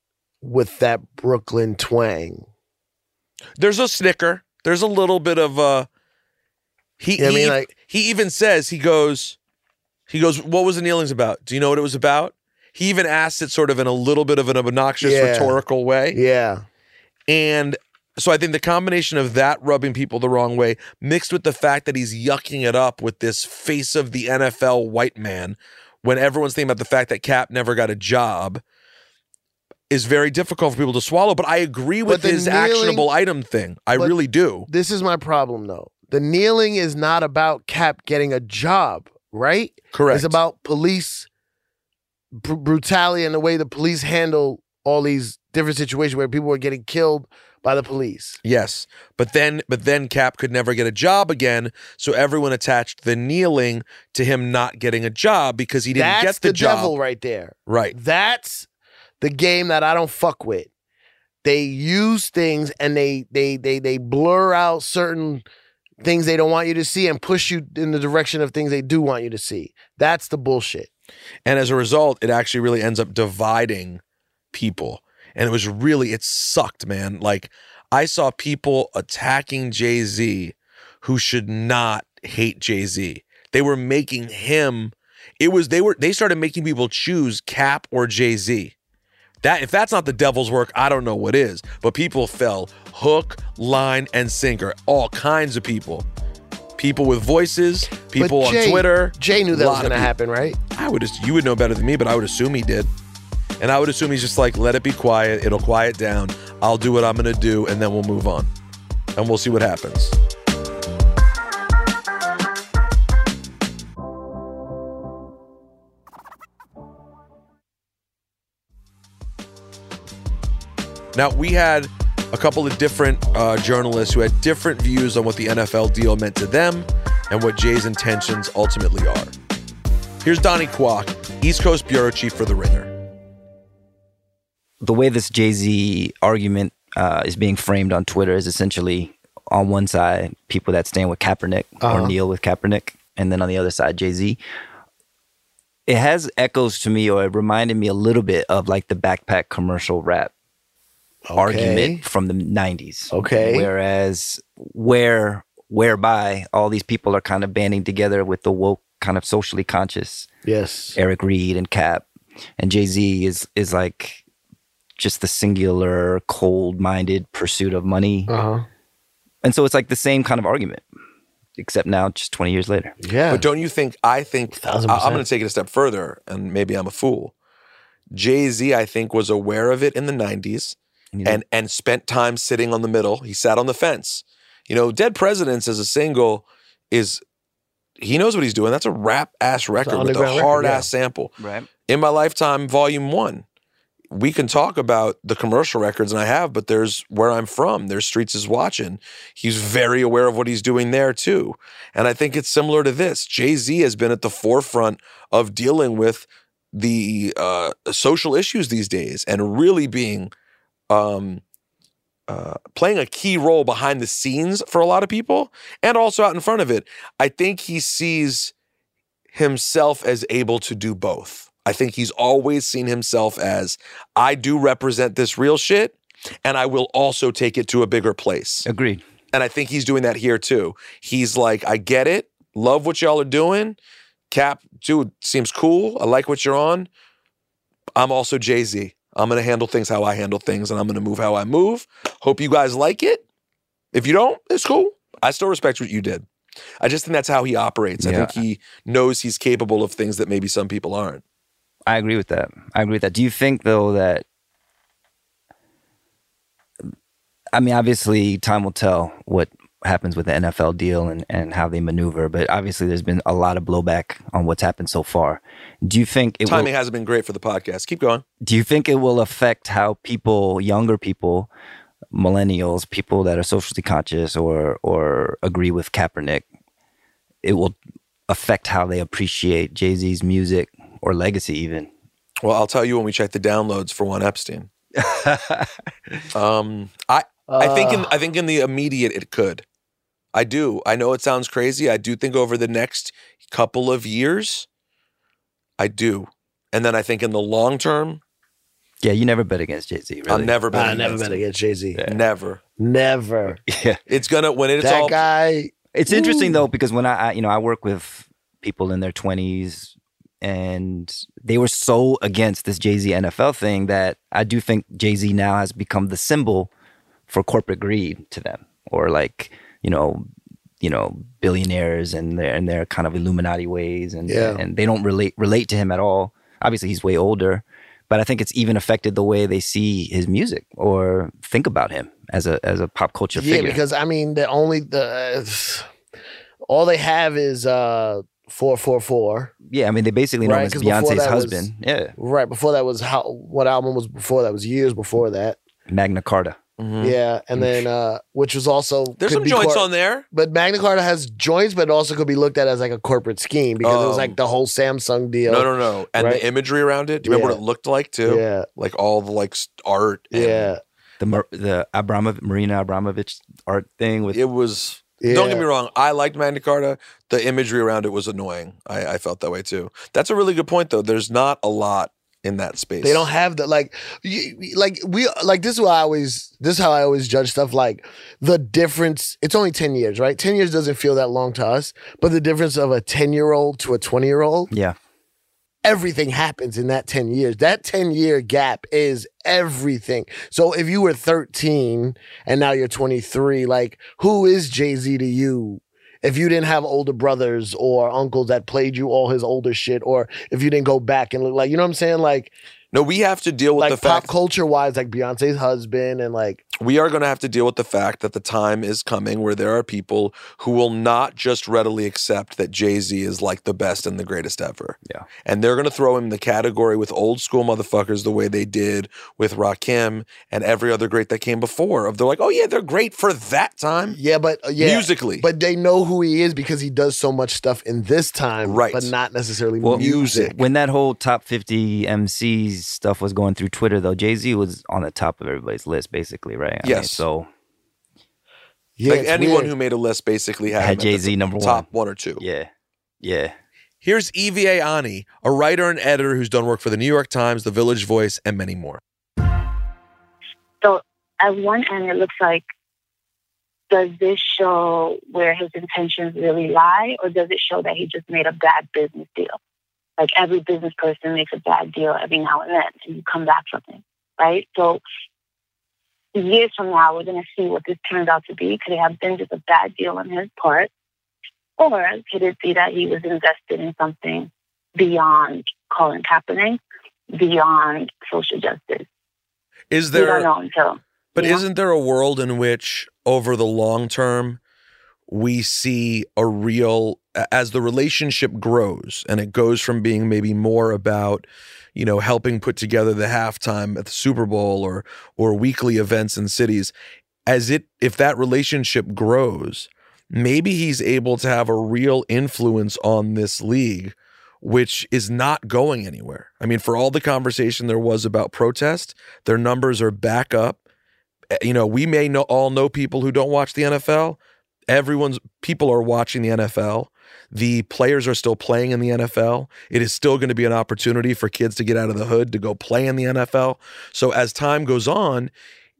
Speaker 2: with that Brooklyn twang.
Speaker 1: There's a snicker. There's a little bit of uh he
Speaker 2: Yeah, I
Speaker 1: he,
Speaker 2: mean, like-
Speaker 1: he even says he goes he goes what was the kneelings about? Do you know what it was about? He even asks it sort of in a little bit of an obnoxious
Speaker 2: Yeah.
Speaker 1: rhetorical way.
Speaker 2: Yeah.
Speaker 1: And so I think the combination of that rubbing people the wrong way mixed with the fact that he's yucking it up with this face of the NFL white man when everyone's thinking about the fact that Cap never got a job is very difficult for people to swallow. But I agree
Speaker 2: But
Speaker 1: with
Speaker 2: the
Speaker 1: his
Speaker 2: kneeling-
Speaker 1: actionable item thing. I
Speaker 2: but-
Speaker 1: really do.
Speaker 2: This is my problem though. The kneeling is not about Cap getting a job. right?
Speaker 1: Correct.
Speaker 2: It's about police br- brutality and the way the police handle all these different situations where people are getting killed by the police.
Speaker 1: Yes, but then but then Cap could never get a job again, so everyone attached the kneeling to him not getting a job because he didn't
Speaker 2: That's
Speaker 1: get the, job.
Speaker 2: devil right there.
Speaker 1: Right.
Speaker 2: That's the game that I don't fuck with. They use things and they they they they blur out certain things they don't want you to see and push you in the direction of things they do want you to see. That's the bullshit.
Speaker 1: And as a result, it actually really ends up dividing people. And it was really it sucked, man. Like I saw people attacking Jay-Z who should not hate Jay-Z. They were making him it was they were they started making people choose Cap or Jay-Z. That if that's not the devil's work, I don't know what is. But people fell hook, line, and sinker. All kinds of people. People with voices, people
Speaker 2: But
Speaker 1: on
Speaker 2: Jay-
Speaker 1: Twitter.
Speaker 2: Jay knew that
Speaker 1: Lot
Speaker 2: was
Speaker 1: of
Speaker 2: going to
Speaker 1: people.
Speaker 2: happen, right?
Speaker 1: I would just you would know better than me, but I would assume he did. And I would assume he's just like, let it be quiet, it'll quiet down. I'll do what I'm gonna do, and then we'll move on. And we'll see what happens. Now, we had a couple of different uh, journalists who had different views on what the NFL deal meant to them and what Jay's intentions ultimately are. Here's Donnie Kwok, East Coast Bureau Chief for The Ringer.
Speaker 5: the way this Jay Z argument uh, is being framed on Twitter is essentially on one side people that stand with Kaepernick or kneel with Kaepernick, and then on the other side Jay Z. It has echoes to me, or it reminded me a little bit of like the backpack commercial rap argument from the '90s.
Speaker 2: Okay.
Speaker 5: Whereas where whereby all these people are kind of banding together with the woke kind of socially conscious
Speaker 2: Yes.
Speaker 5: Eric Reed and Cap, and Jay Z is is like just the singular, cold-minded pursuit of money,
Speaker 2: Uh-huh.
Speaker 5: and so it's like the same kind of argument, except now just twenty years later.
Speaker 2: Yeah.
Speaker 1: But don't you think? I think I,
Speaker 2: Thousand
Speaker 1: I'm
Speaker 2: percent.
Speaker 1: going to take it a step further, and maybe I'm a fool. Jay Z, I think, was aware of it in the 90s
Speaker 5: you know?
Speaker 1: and and spent time sitting on the middle. He sat on the fence. You know, Dead Presidents as a single is he knows what he's doing. That's a rap ass record with a
Speaker 2: underground record,
Speaker 1: hard
Speaker 2: yeah.
Speaker 1: ass sample.
Speaker 5: right,
Speaker 1: in my lifetime volume one we can talk about the commercial records and i have but there's where i'm from there's streets is watching he's very aware of what he's doing there too and i think it's similar to this jay-z has been at the forefront of dealing with the uh, social issues these days and really being um, uh, playing a key role behind the scenes for a lot of people and also out in front of it i think he sees himself as able to do both. I think he's always seen himself as I do represent this real shit and I will also take it to a bigger place.
Speaker 5: agreed.
Speaker 1: And I think he's doing that here too. He's like, I get it. Love what y'all are doing. Cap, dude, seems cool. I like what you're on. I'm also Jay Z. I'm going to handle things how I handle things and I'm going to move how I move. Hope you guys like it. If you don't, it's cool. I still respect what you did. I just think that's how he operates. I
Speaker 5: Yeah.
Speaker 1: think he knows he's capable of things that maybe some people aren't.
Speaker 5: I agree with that. I agree with that. Do you think though that I mean obviously time will tell what happens with the NFL deal and, and how they maneuver, but obviously there's been a lot of blowback on what's happened so far. Do you think it will
Speaker 1: Timing hasn't been great for the podcast. Keep going.
Speaker 5: do you think it will affect how people younger people millennials people that are socially conscious or or agree with Kaepernick it will affect how they appreciate Jay-Z's music or legacy even
Speaker 1: Well, I'll tell you when we check the downloads for one Epstein. um, I
Speaker 2: Uh,
Speaker 1: I think in I think in the immediate it could. I do. I know it sounds crazy. I do think over the next couple of years, I do. And then I think in the long term,
Speaker 5: yeah you never bet against Jay-Z really
Speaker 1: I'm never betting
Speaker 2: I never
Speaker 1: against
Speaker 2: bet
Speaker 1: it.
Speaker 2: against Jay Z.
Speaker 1: Never.
Speaker 2: Never.
Speaker 5: yeah
Speaker 1: It's gonna when it's
Speaker 2: that
Speaker 1: all
Speaker 2: guy.
Speaker 5: It's interesting though because when I, I you know I work with people in their 20s and they were so against this Jay-Z NFL thing that I do think Jay-Z now has become the symbol for corporate greed to them or like you know you know billionaires and their and their kind of illuminati ways and
Speaker 2: Yeah.
Speaker 5: and they don't relate relate to him at all. Obviously he's way older, but I think it's even affected the way they see his music or think about him as a as a pop culture
Speaker 2: Yeah,
Speaker 5: figure.
Speaker 2: because I mean, the only the all they have is uh four four four.
Speaker 5: Yeah, I mean, they basically know
Speaker 2: Right,
Speaker 5: him as
Speaker 2: 'cause before
Speaker 5: Beyonce's
Speaker 2: that was-
Speaker 5: husband. Yeah,
Speaker 2: Right before that was how what album was before that was years before that.
Speaker 5: Magna Carta.
Speaker 2: Yeah, and then uh which was also
Speaker 1: mm-hmm. There's
Speaker 2: could
Speaker 1: some
Speaker 2: be
Speaker 1: joints
Speaker 2: cor-
Speaker 1: on there.
Speaker 2: But Magna Carta has joints, but it also could be looked at as like a corporate scheme because it was
Speaker 1: Um,
Speaker 2: like the whole Samsung deal.
Speaker 1: No, no, no. And
Speaker 2: Right.
Speaker 1: the imagery around it. Do you remember
Speaker 2: Yeah.
Speaker 1: what it looked like too?
Speaker 2: Yeah,
Speaker 1: Like all the like s- art. and-
Speaker 2: yeah,
Speaker 5: The Mar- the Abramov Marina Abramovich art thing with
Speaker 1: It was.
Speaker 2: yeah.
Speaker 1: Don't get me wrong. I liked Magna Carta. The imagery around it was annoying. I, I felt that way too. That's a really good point though. There's not a lot in that space.
Speaker 2: They don't have the like, you, like we like this is why I always this is how I always judge stuff like the difference. It's only ten years, right? Ten years doesn't feel that long to us, but the difference of a ten year old to a twenty year old,
Speaker 5: yeah.
Speaker 2: everything happens in that ten years. That ten year gap is everything. So if you were thirteen and now you're twenty three, like who is Jay Z to you? If you didn't have older brothers or uncles that played you all his older shit, or if you didn't go back and look like, you know what I'm saying? Like,
Speaker 1: No, we have to deal with
Speaker 2: like
Speaker 1: the
Speaker 2: pop
Speaker 1: fact
Speaker 2: culture wise, like Beyonce's husband and like
Speaker 1: we are going to have to deal with the fact that the time is coming where there are people who will not just readily accept that Jay Z is like the best and the greatest ever.
Speaker 5: Yeah.
Speaker 1: And they're going to throw him in the category with old school motherfuckers the way they did with Rakim and every other great that came before. Of they're like, oh yeah, they're great for that time
Speaker 2: yeah, but uh, yeah,
Speaker 1: musically.
Speaker 2: But they know who he is because he does so much stuff in this time,
Speaker 1: Right.
Speaker 2: But not necessarily
Speaker 5: Well,
Speaker 2: music.
Speaker 5: When that whole top 50 MCs stuff was going through Twitter, though, Jay Z was on the top of everybody's list, basically, right? I mean,
Speaker 1: Yes.
Speaker 5: so
Speaker 2: Yeah,
Speaker 1: like
Speaker 2: it's
Speaker 1: anyone
Speaker 2: weird.
Speaker 1: who made a list basically had,
Speaker 5: Had
Speaker 1: him at the
Speaker 5: Jay-Z number
Speaker 1: top one or two.
Speaker 5: yeah, yeah,
Speaker 1: Here's EVA Ani, a writer and editor who's done work for the New York Times, The Village Voice, and many more.
Speaker 6: So at one end, it looks like, does this show where his intentions really lie, or does it show that he just made a bad business deal? Like every business person makes a bad deal every now and then, and you come back from it, right? So years from now, we're going to see what this turns out to be. Could it have been just a bad deal on his part, or could it be that he was invested in something beyond Colin Kaepernick, beyond social justice?
Speaker 1: Is
Speaker 6: We
Speaker 1: there
Speaker 6: don't know until.
Speaker 1: But
Speaker 6: Yeah.
Speaker 1: isn't there a world in which, over the long term, we see a real as the relationship grows and it goes from being maybe more about you know helping put together the halftime at the Super Bowl or or weekly events in cities as it if that relationship grows maybe he's able to have a real influence on this league which is not going anywhere i mean for all the conversation there was about protest their numbers are back up Uh, you know, we may know all know people who don't watch the NFL. Everyone's people are watching the NFL. The players are still playing in the NFL. It is still going to be an opportunity for kids to get out of the hood to go play in the NFL. So as time goes on,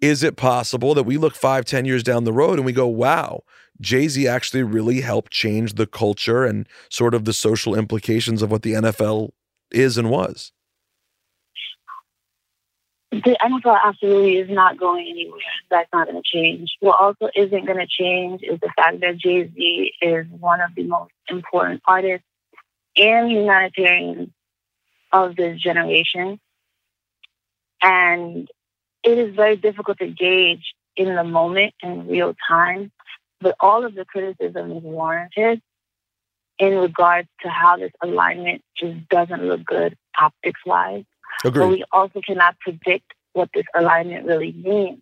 Speaker 1: is it possible that we look five, ten years down the road and we go, wow, Jay Z actually really helped change the culture and sort of the social implications of what the NFL is and was?
Speaker 6: the NFL absolutely is not going anywhere. That's not going to change. What also isn't going to change is the fact that Jay Z is one of the most important artists and humanitarians of this generation. And it is very difficult to gauge in the moment, in real time, but all of the criticism is warranted in regards to how this alignment just doesn't look good optics wise but we also cannot predict what this alignment really means.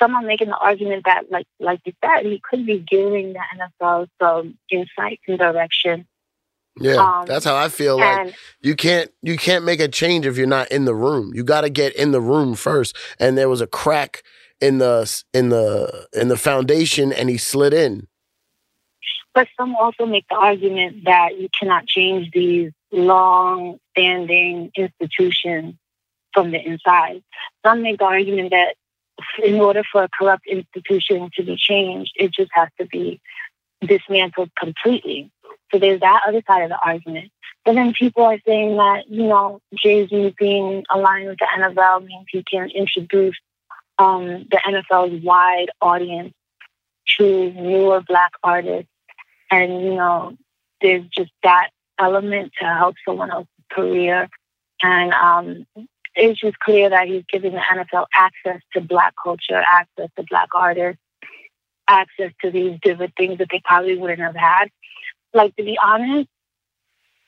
Speaker 6: Someone making the argument that, like like you said, he could be giving the NFL some insight and direction.
Speaker 2: yeah,
Speaker 6: um,
Speaker 2: that's how I feel. Like
Speaker 6: And
Speaker 2: you can't you can't make a change if you're not in the room. You got to get in the room first. And there was a crack in the in the in the foundation, and he slid in.
Speaker 6: but some also make the argument that you cannot change these long-standing institutions from the inside. Some make the argument that in order for a corrupt institution to be changed, it just has to be dismantled completely. So there's that other side of the argument. But then people are saying that, you know, Jay Z being aligned with the NFL means he can introduce um, the NFL's wide audience to newer black artists. And, you know, there's just that element to help someone else's career. And um, it's just clear that he's giving the NFL access to black culture, access to black artists, access to these different things that they probably wouldn't have had. Like, to be honest,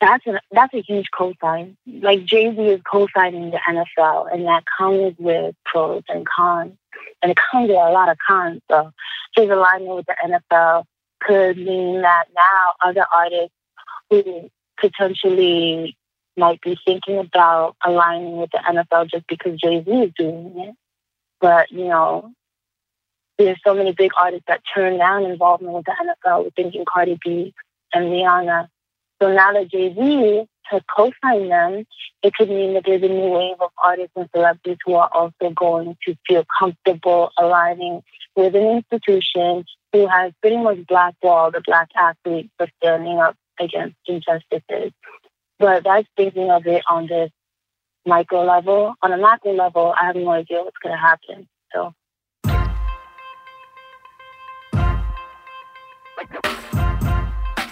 Speaker 6: that's a that's a huge co-sign. Like Jay Z is co-signing the NFL, and that comes with pros and cons, and it comes with a lot of cons. So his alignment with the NFL could mean that now other artists who potentially might be thinking about aligning with the NFL just because Jay Z is doing it, but you know. There's so many big artists that turn down involvement with the NFL. We're thinking Cardi B and Rihanna. So now that Jay Z has co signed them, it could mean that there's a new wave of artists and celebrities who are also going to feel comfortable aligning with an institution who has pretty much blackballed the black athlete for standing up against injustices. But that's thinking of it on this micro level. On a macro level, I have no idea what's going to happen. So.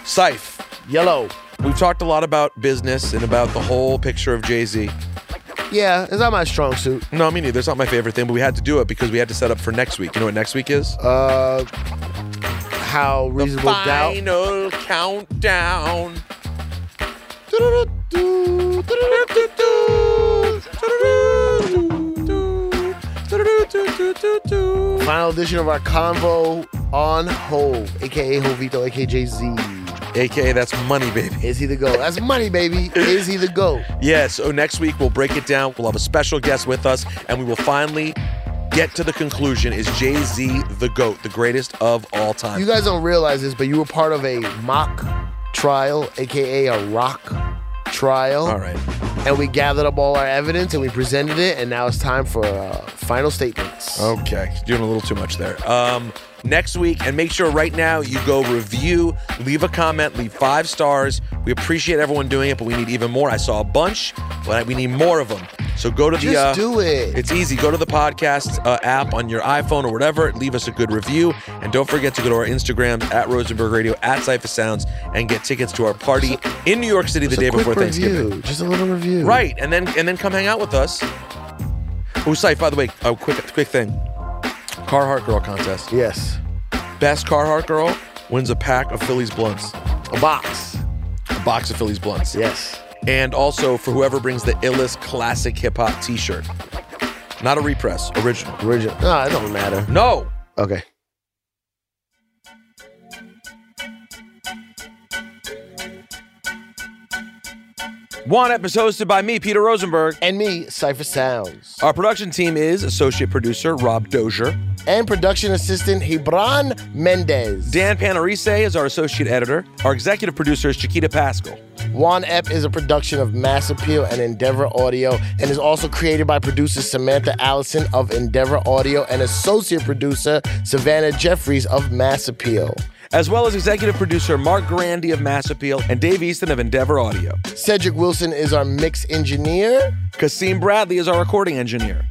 Speaker 1: Scythe.
Speaker 2: Yellow.
Speaker 1: We've talked a lot about business and about the whole picture of Jay Z.
Speaker 2: Yeah, it's not my strong suit.
Speaker 1: No, me neither. It's not my favorite thing, but we had to do it because we had to set up for next week. You know what next week is?
Speaker 2: Uh, how reasonable doubt.
Speaker 1: Final countdown.
Speaker 2: Final edition of our convo on Hove, aka Hovito, aka Jay Z.
Speaker 1: AKA, that's money, baby.
Speaker 2: Is he the go? That's money, baby. Is he the go?
Speaker 1: Yeah, so next week we'll break it down. We'll have a special guest with us, and we will finally get to the conclusion is Jay Z the GOAT, the greatest of all time?
Speaker 2: You guys don't realize this, but you were part of a mock trial, aka a rock trial.
Speaker 1: all right.
Speaker 2: And we gathered up all our evidence and we presented it, and now it's time for uh, final statements.
Speaker 1: Okay, doing a little too much there. Um, next week, and make sure right now you go review, leave a comment, leave five stars. We appreciate everyone doing it, but we need even more. I saw a bunch, but we need more of them. So go to the.
Speaker 2: Just
Speaker 1: uh,
Speaker 2: do it.
Speaker 1: It's easy. Go to the podcast uh, app on your iPhone or whatever. Leave us a good review, and don't forget to go to our Instagrams at Rosenberg Radio at Cipher Sounds and get tickets to our party in New York City the
Speaker 2: Just a
Speaker 1: day
Speaker 2: quick
Speaker 1: before Thanksgiving.
Speaker 2: Review. Just a little review.
Speaker 1: Right, and then and then come hang out with us. Oh, Sife, by the way, oh, quick quick thing. Carhartt Girl contest.
Speaker 2: Yes.
Speaker 1: Best Carhartt Girl wins a pack of Phillies blunts,
Speaker 2: A box.
Speaker 1: a box of Phillies blunts,
Speaker 2: Yes.
Speaker 1: and also for whoever brings the illest classic hip hop T-shirt, not a repress, original.
Speaker 2: Original. No, it don't matter.
Speaker 1: No,
Speaker 2: Okay.
Speaker 1: one ep is hosted by me, Peter Rosenberg.
Speaker 2: And me, Cypher Sounds.
Speaker 1: Our production team is associate producer Rob Dozier.
Speaker 2: And production assistant Hebron Mendez.
Speaker 1: Dan Panarese is our associate editor. Our executive producer is Chiquita Pascal.
Speaker 2: Juan Epp is a production of Mass Appeal and Endeavor Audio and is also created by producer Samantha Allison of Endeavor Audio and associate producer Savannah Jeffries of Mass Appeal.
Speaker 1: as well as executive producer Mark Grandy of Mass Appeal and Dave Easton of Endeavor Audio.
Speaker 2: Cedric Wilson is our mix engineer.
Speaker 1: Kasim Bradley is our recording engineer.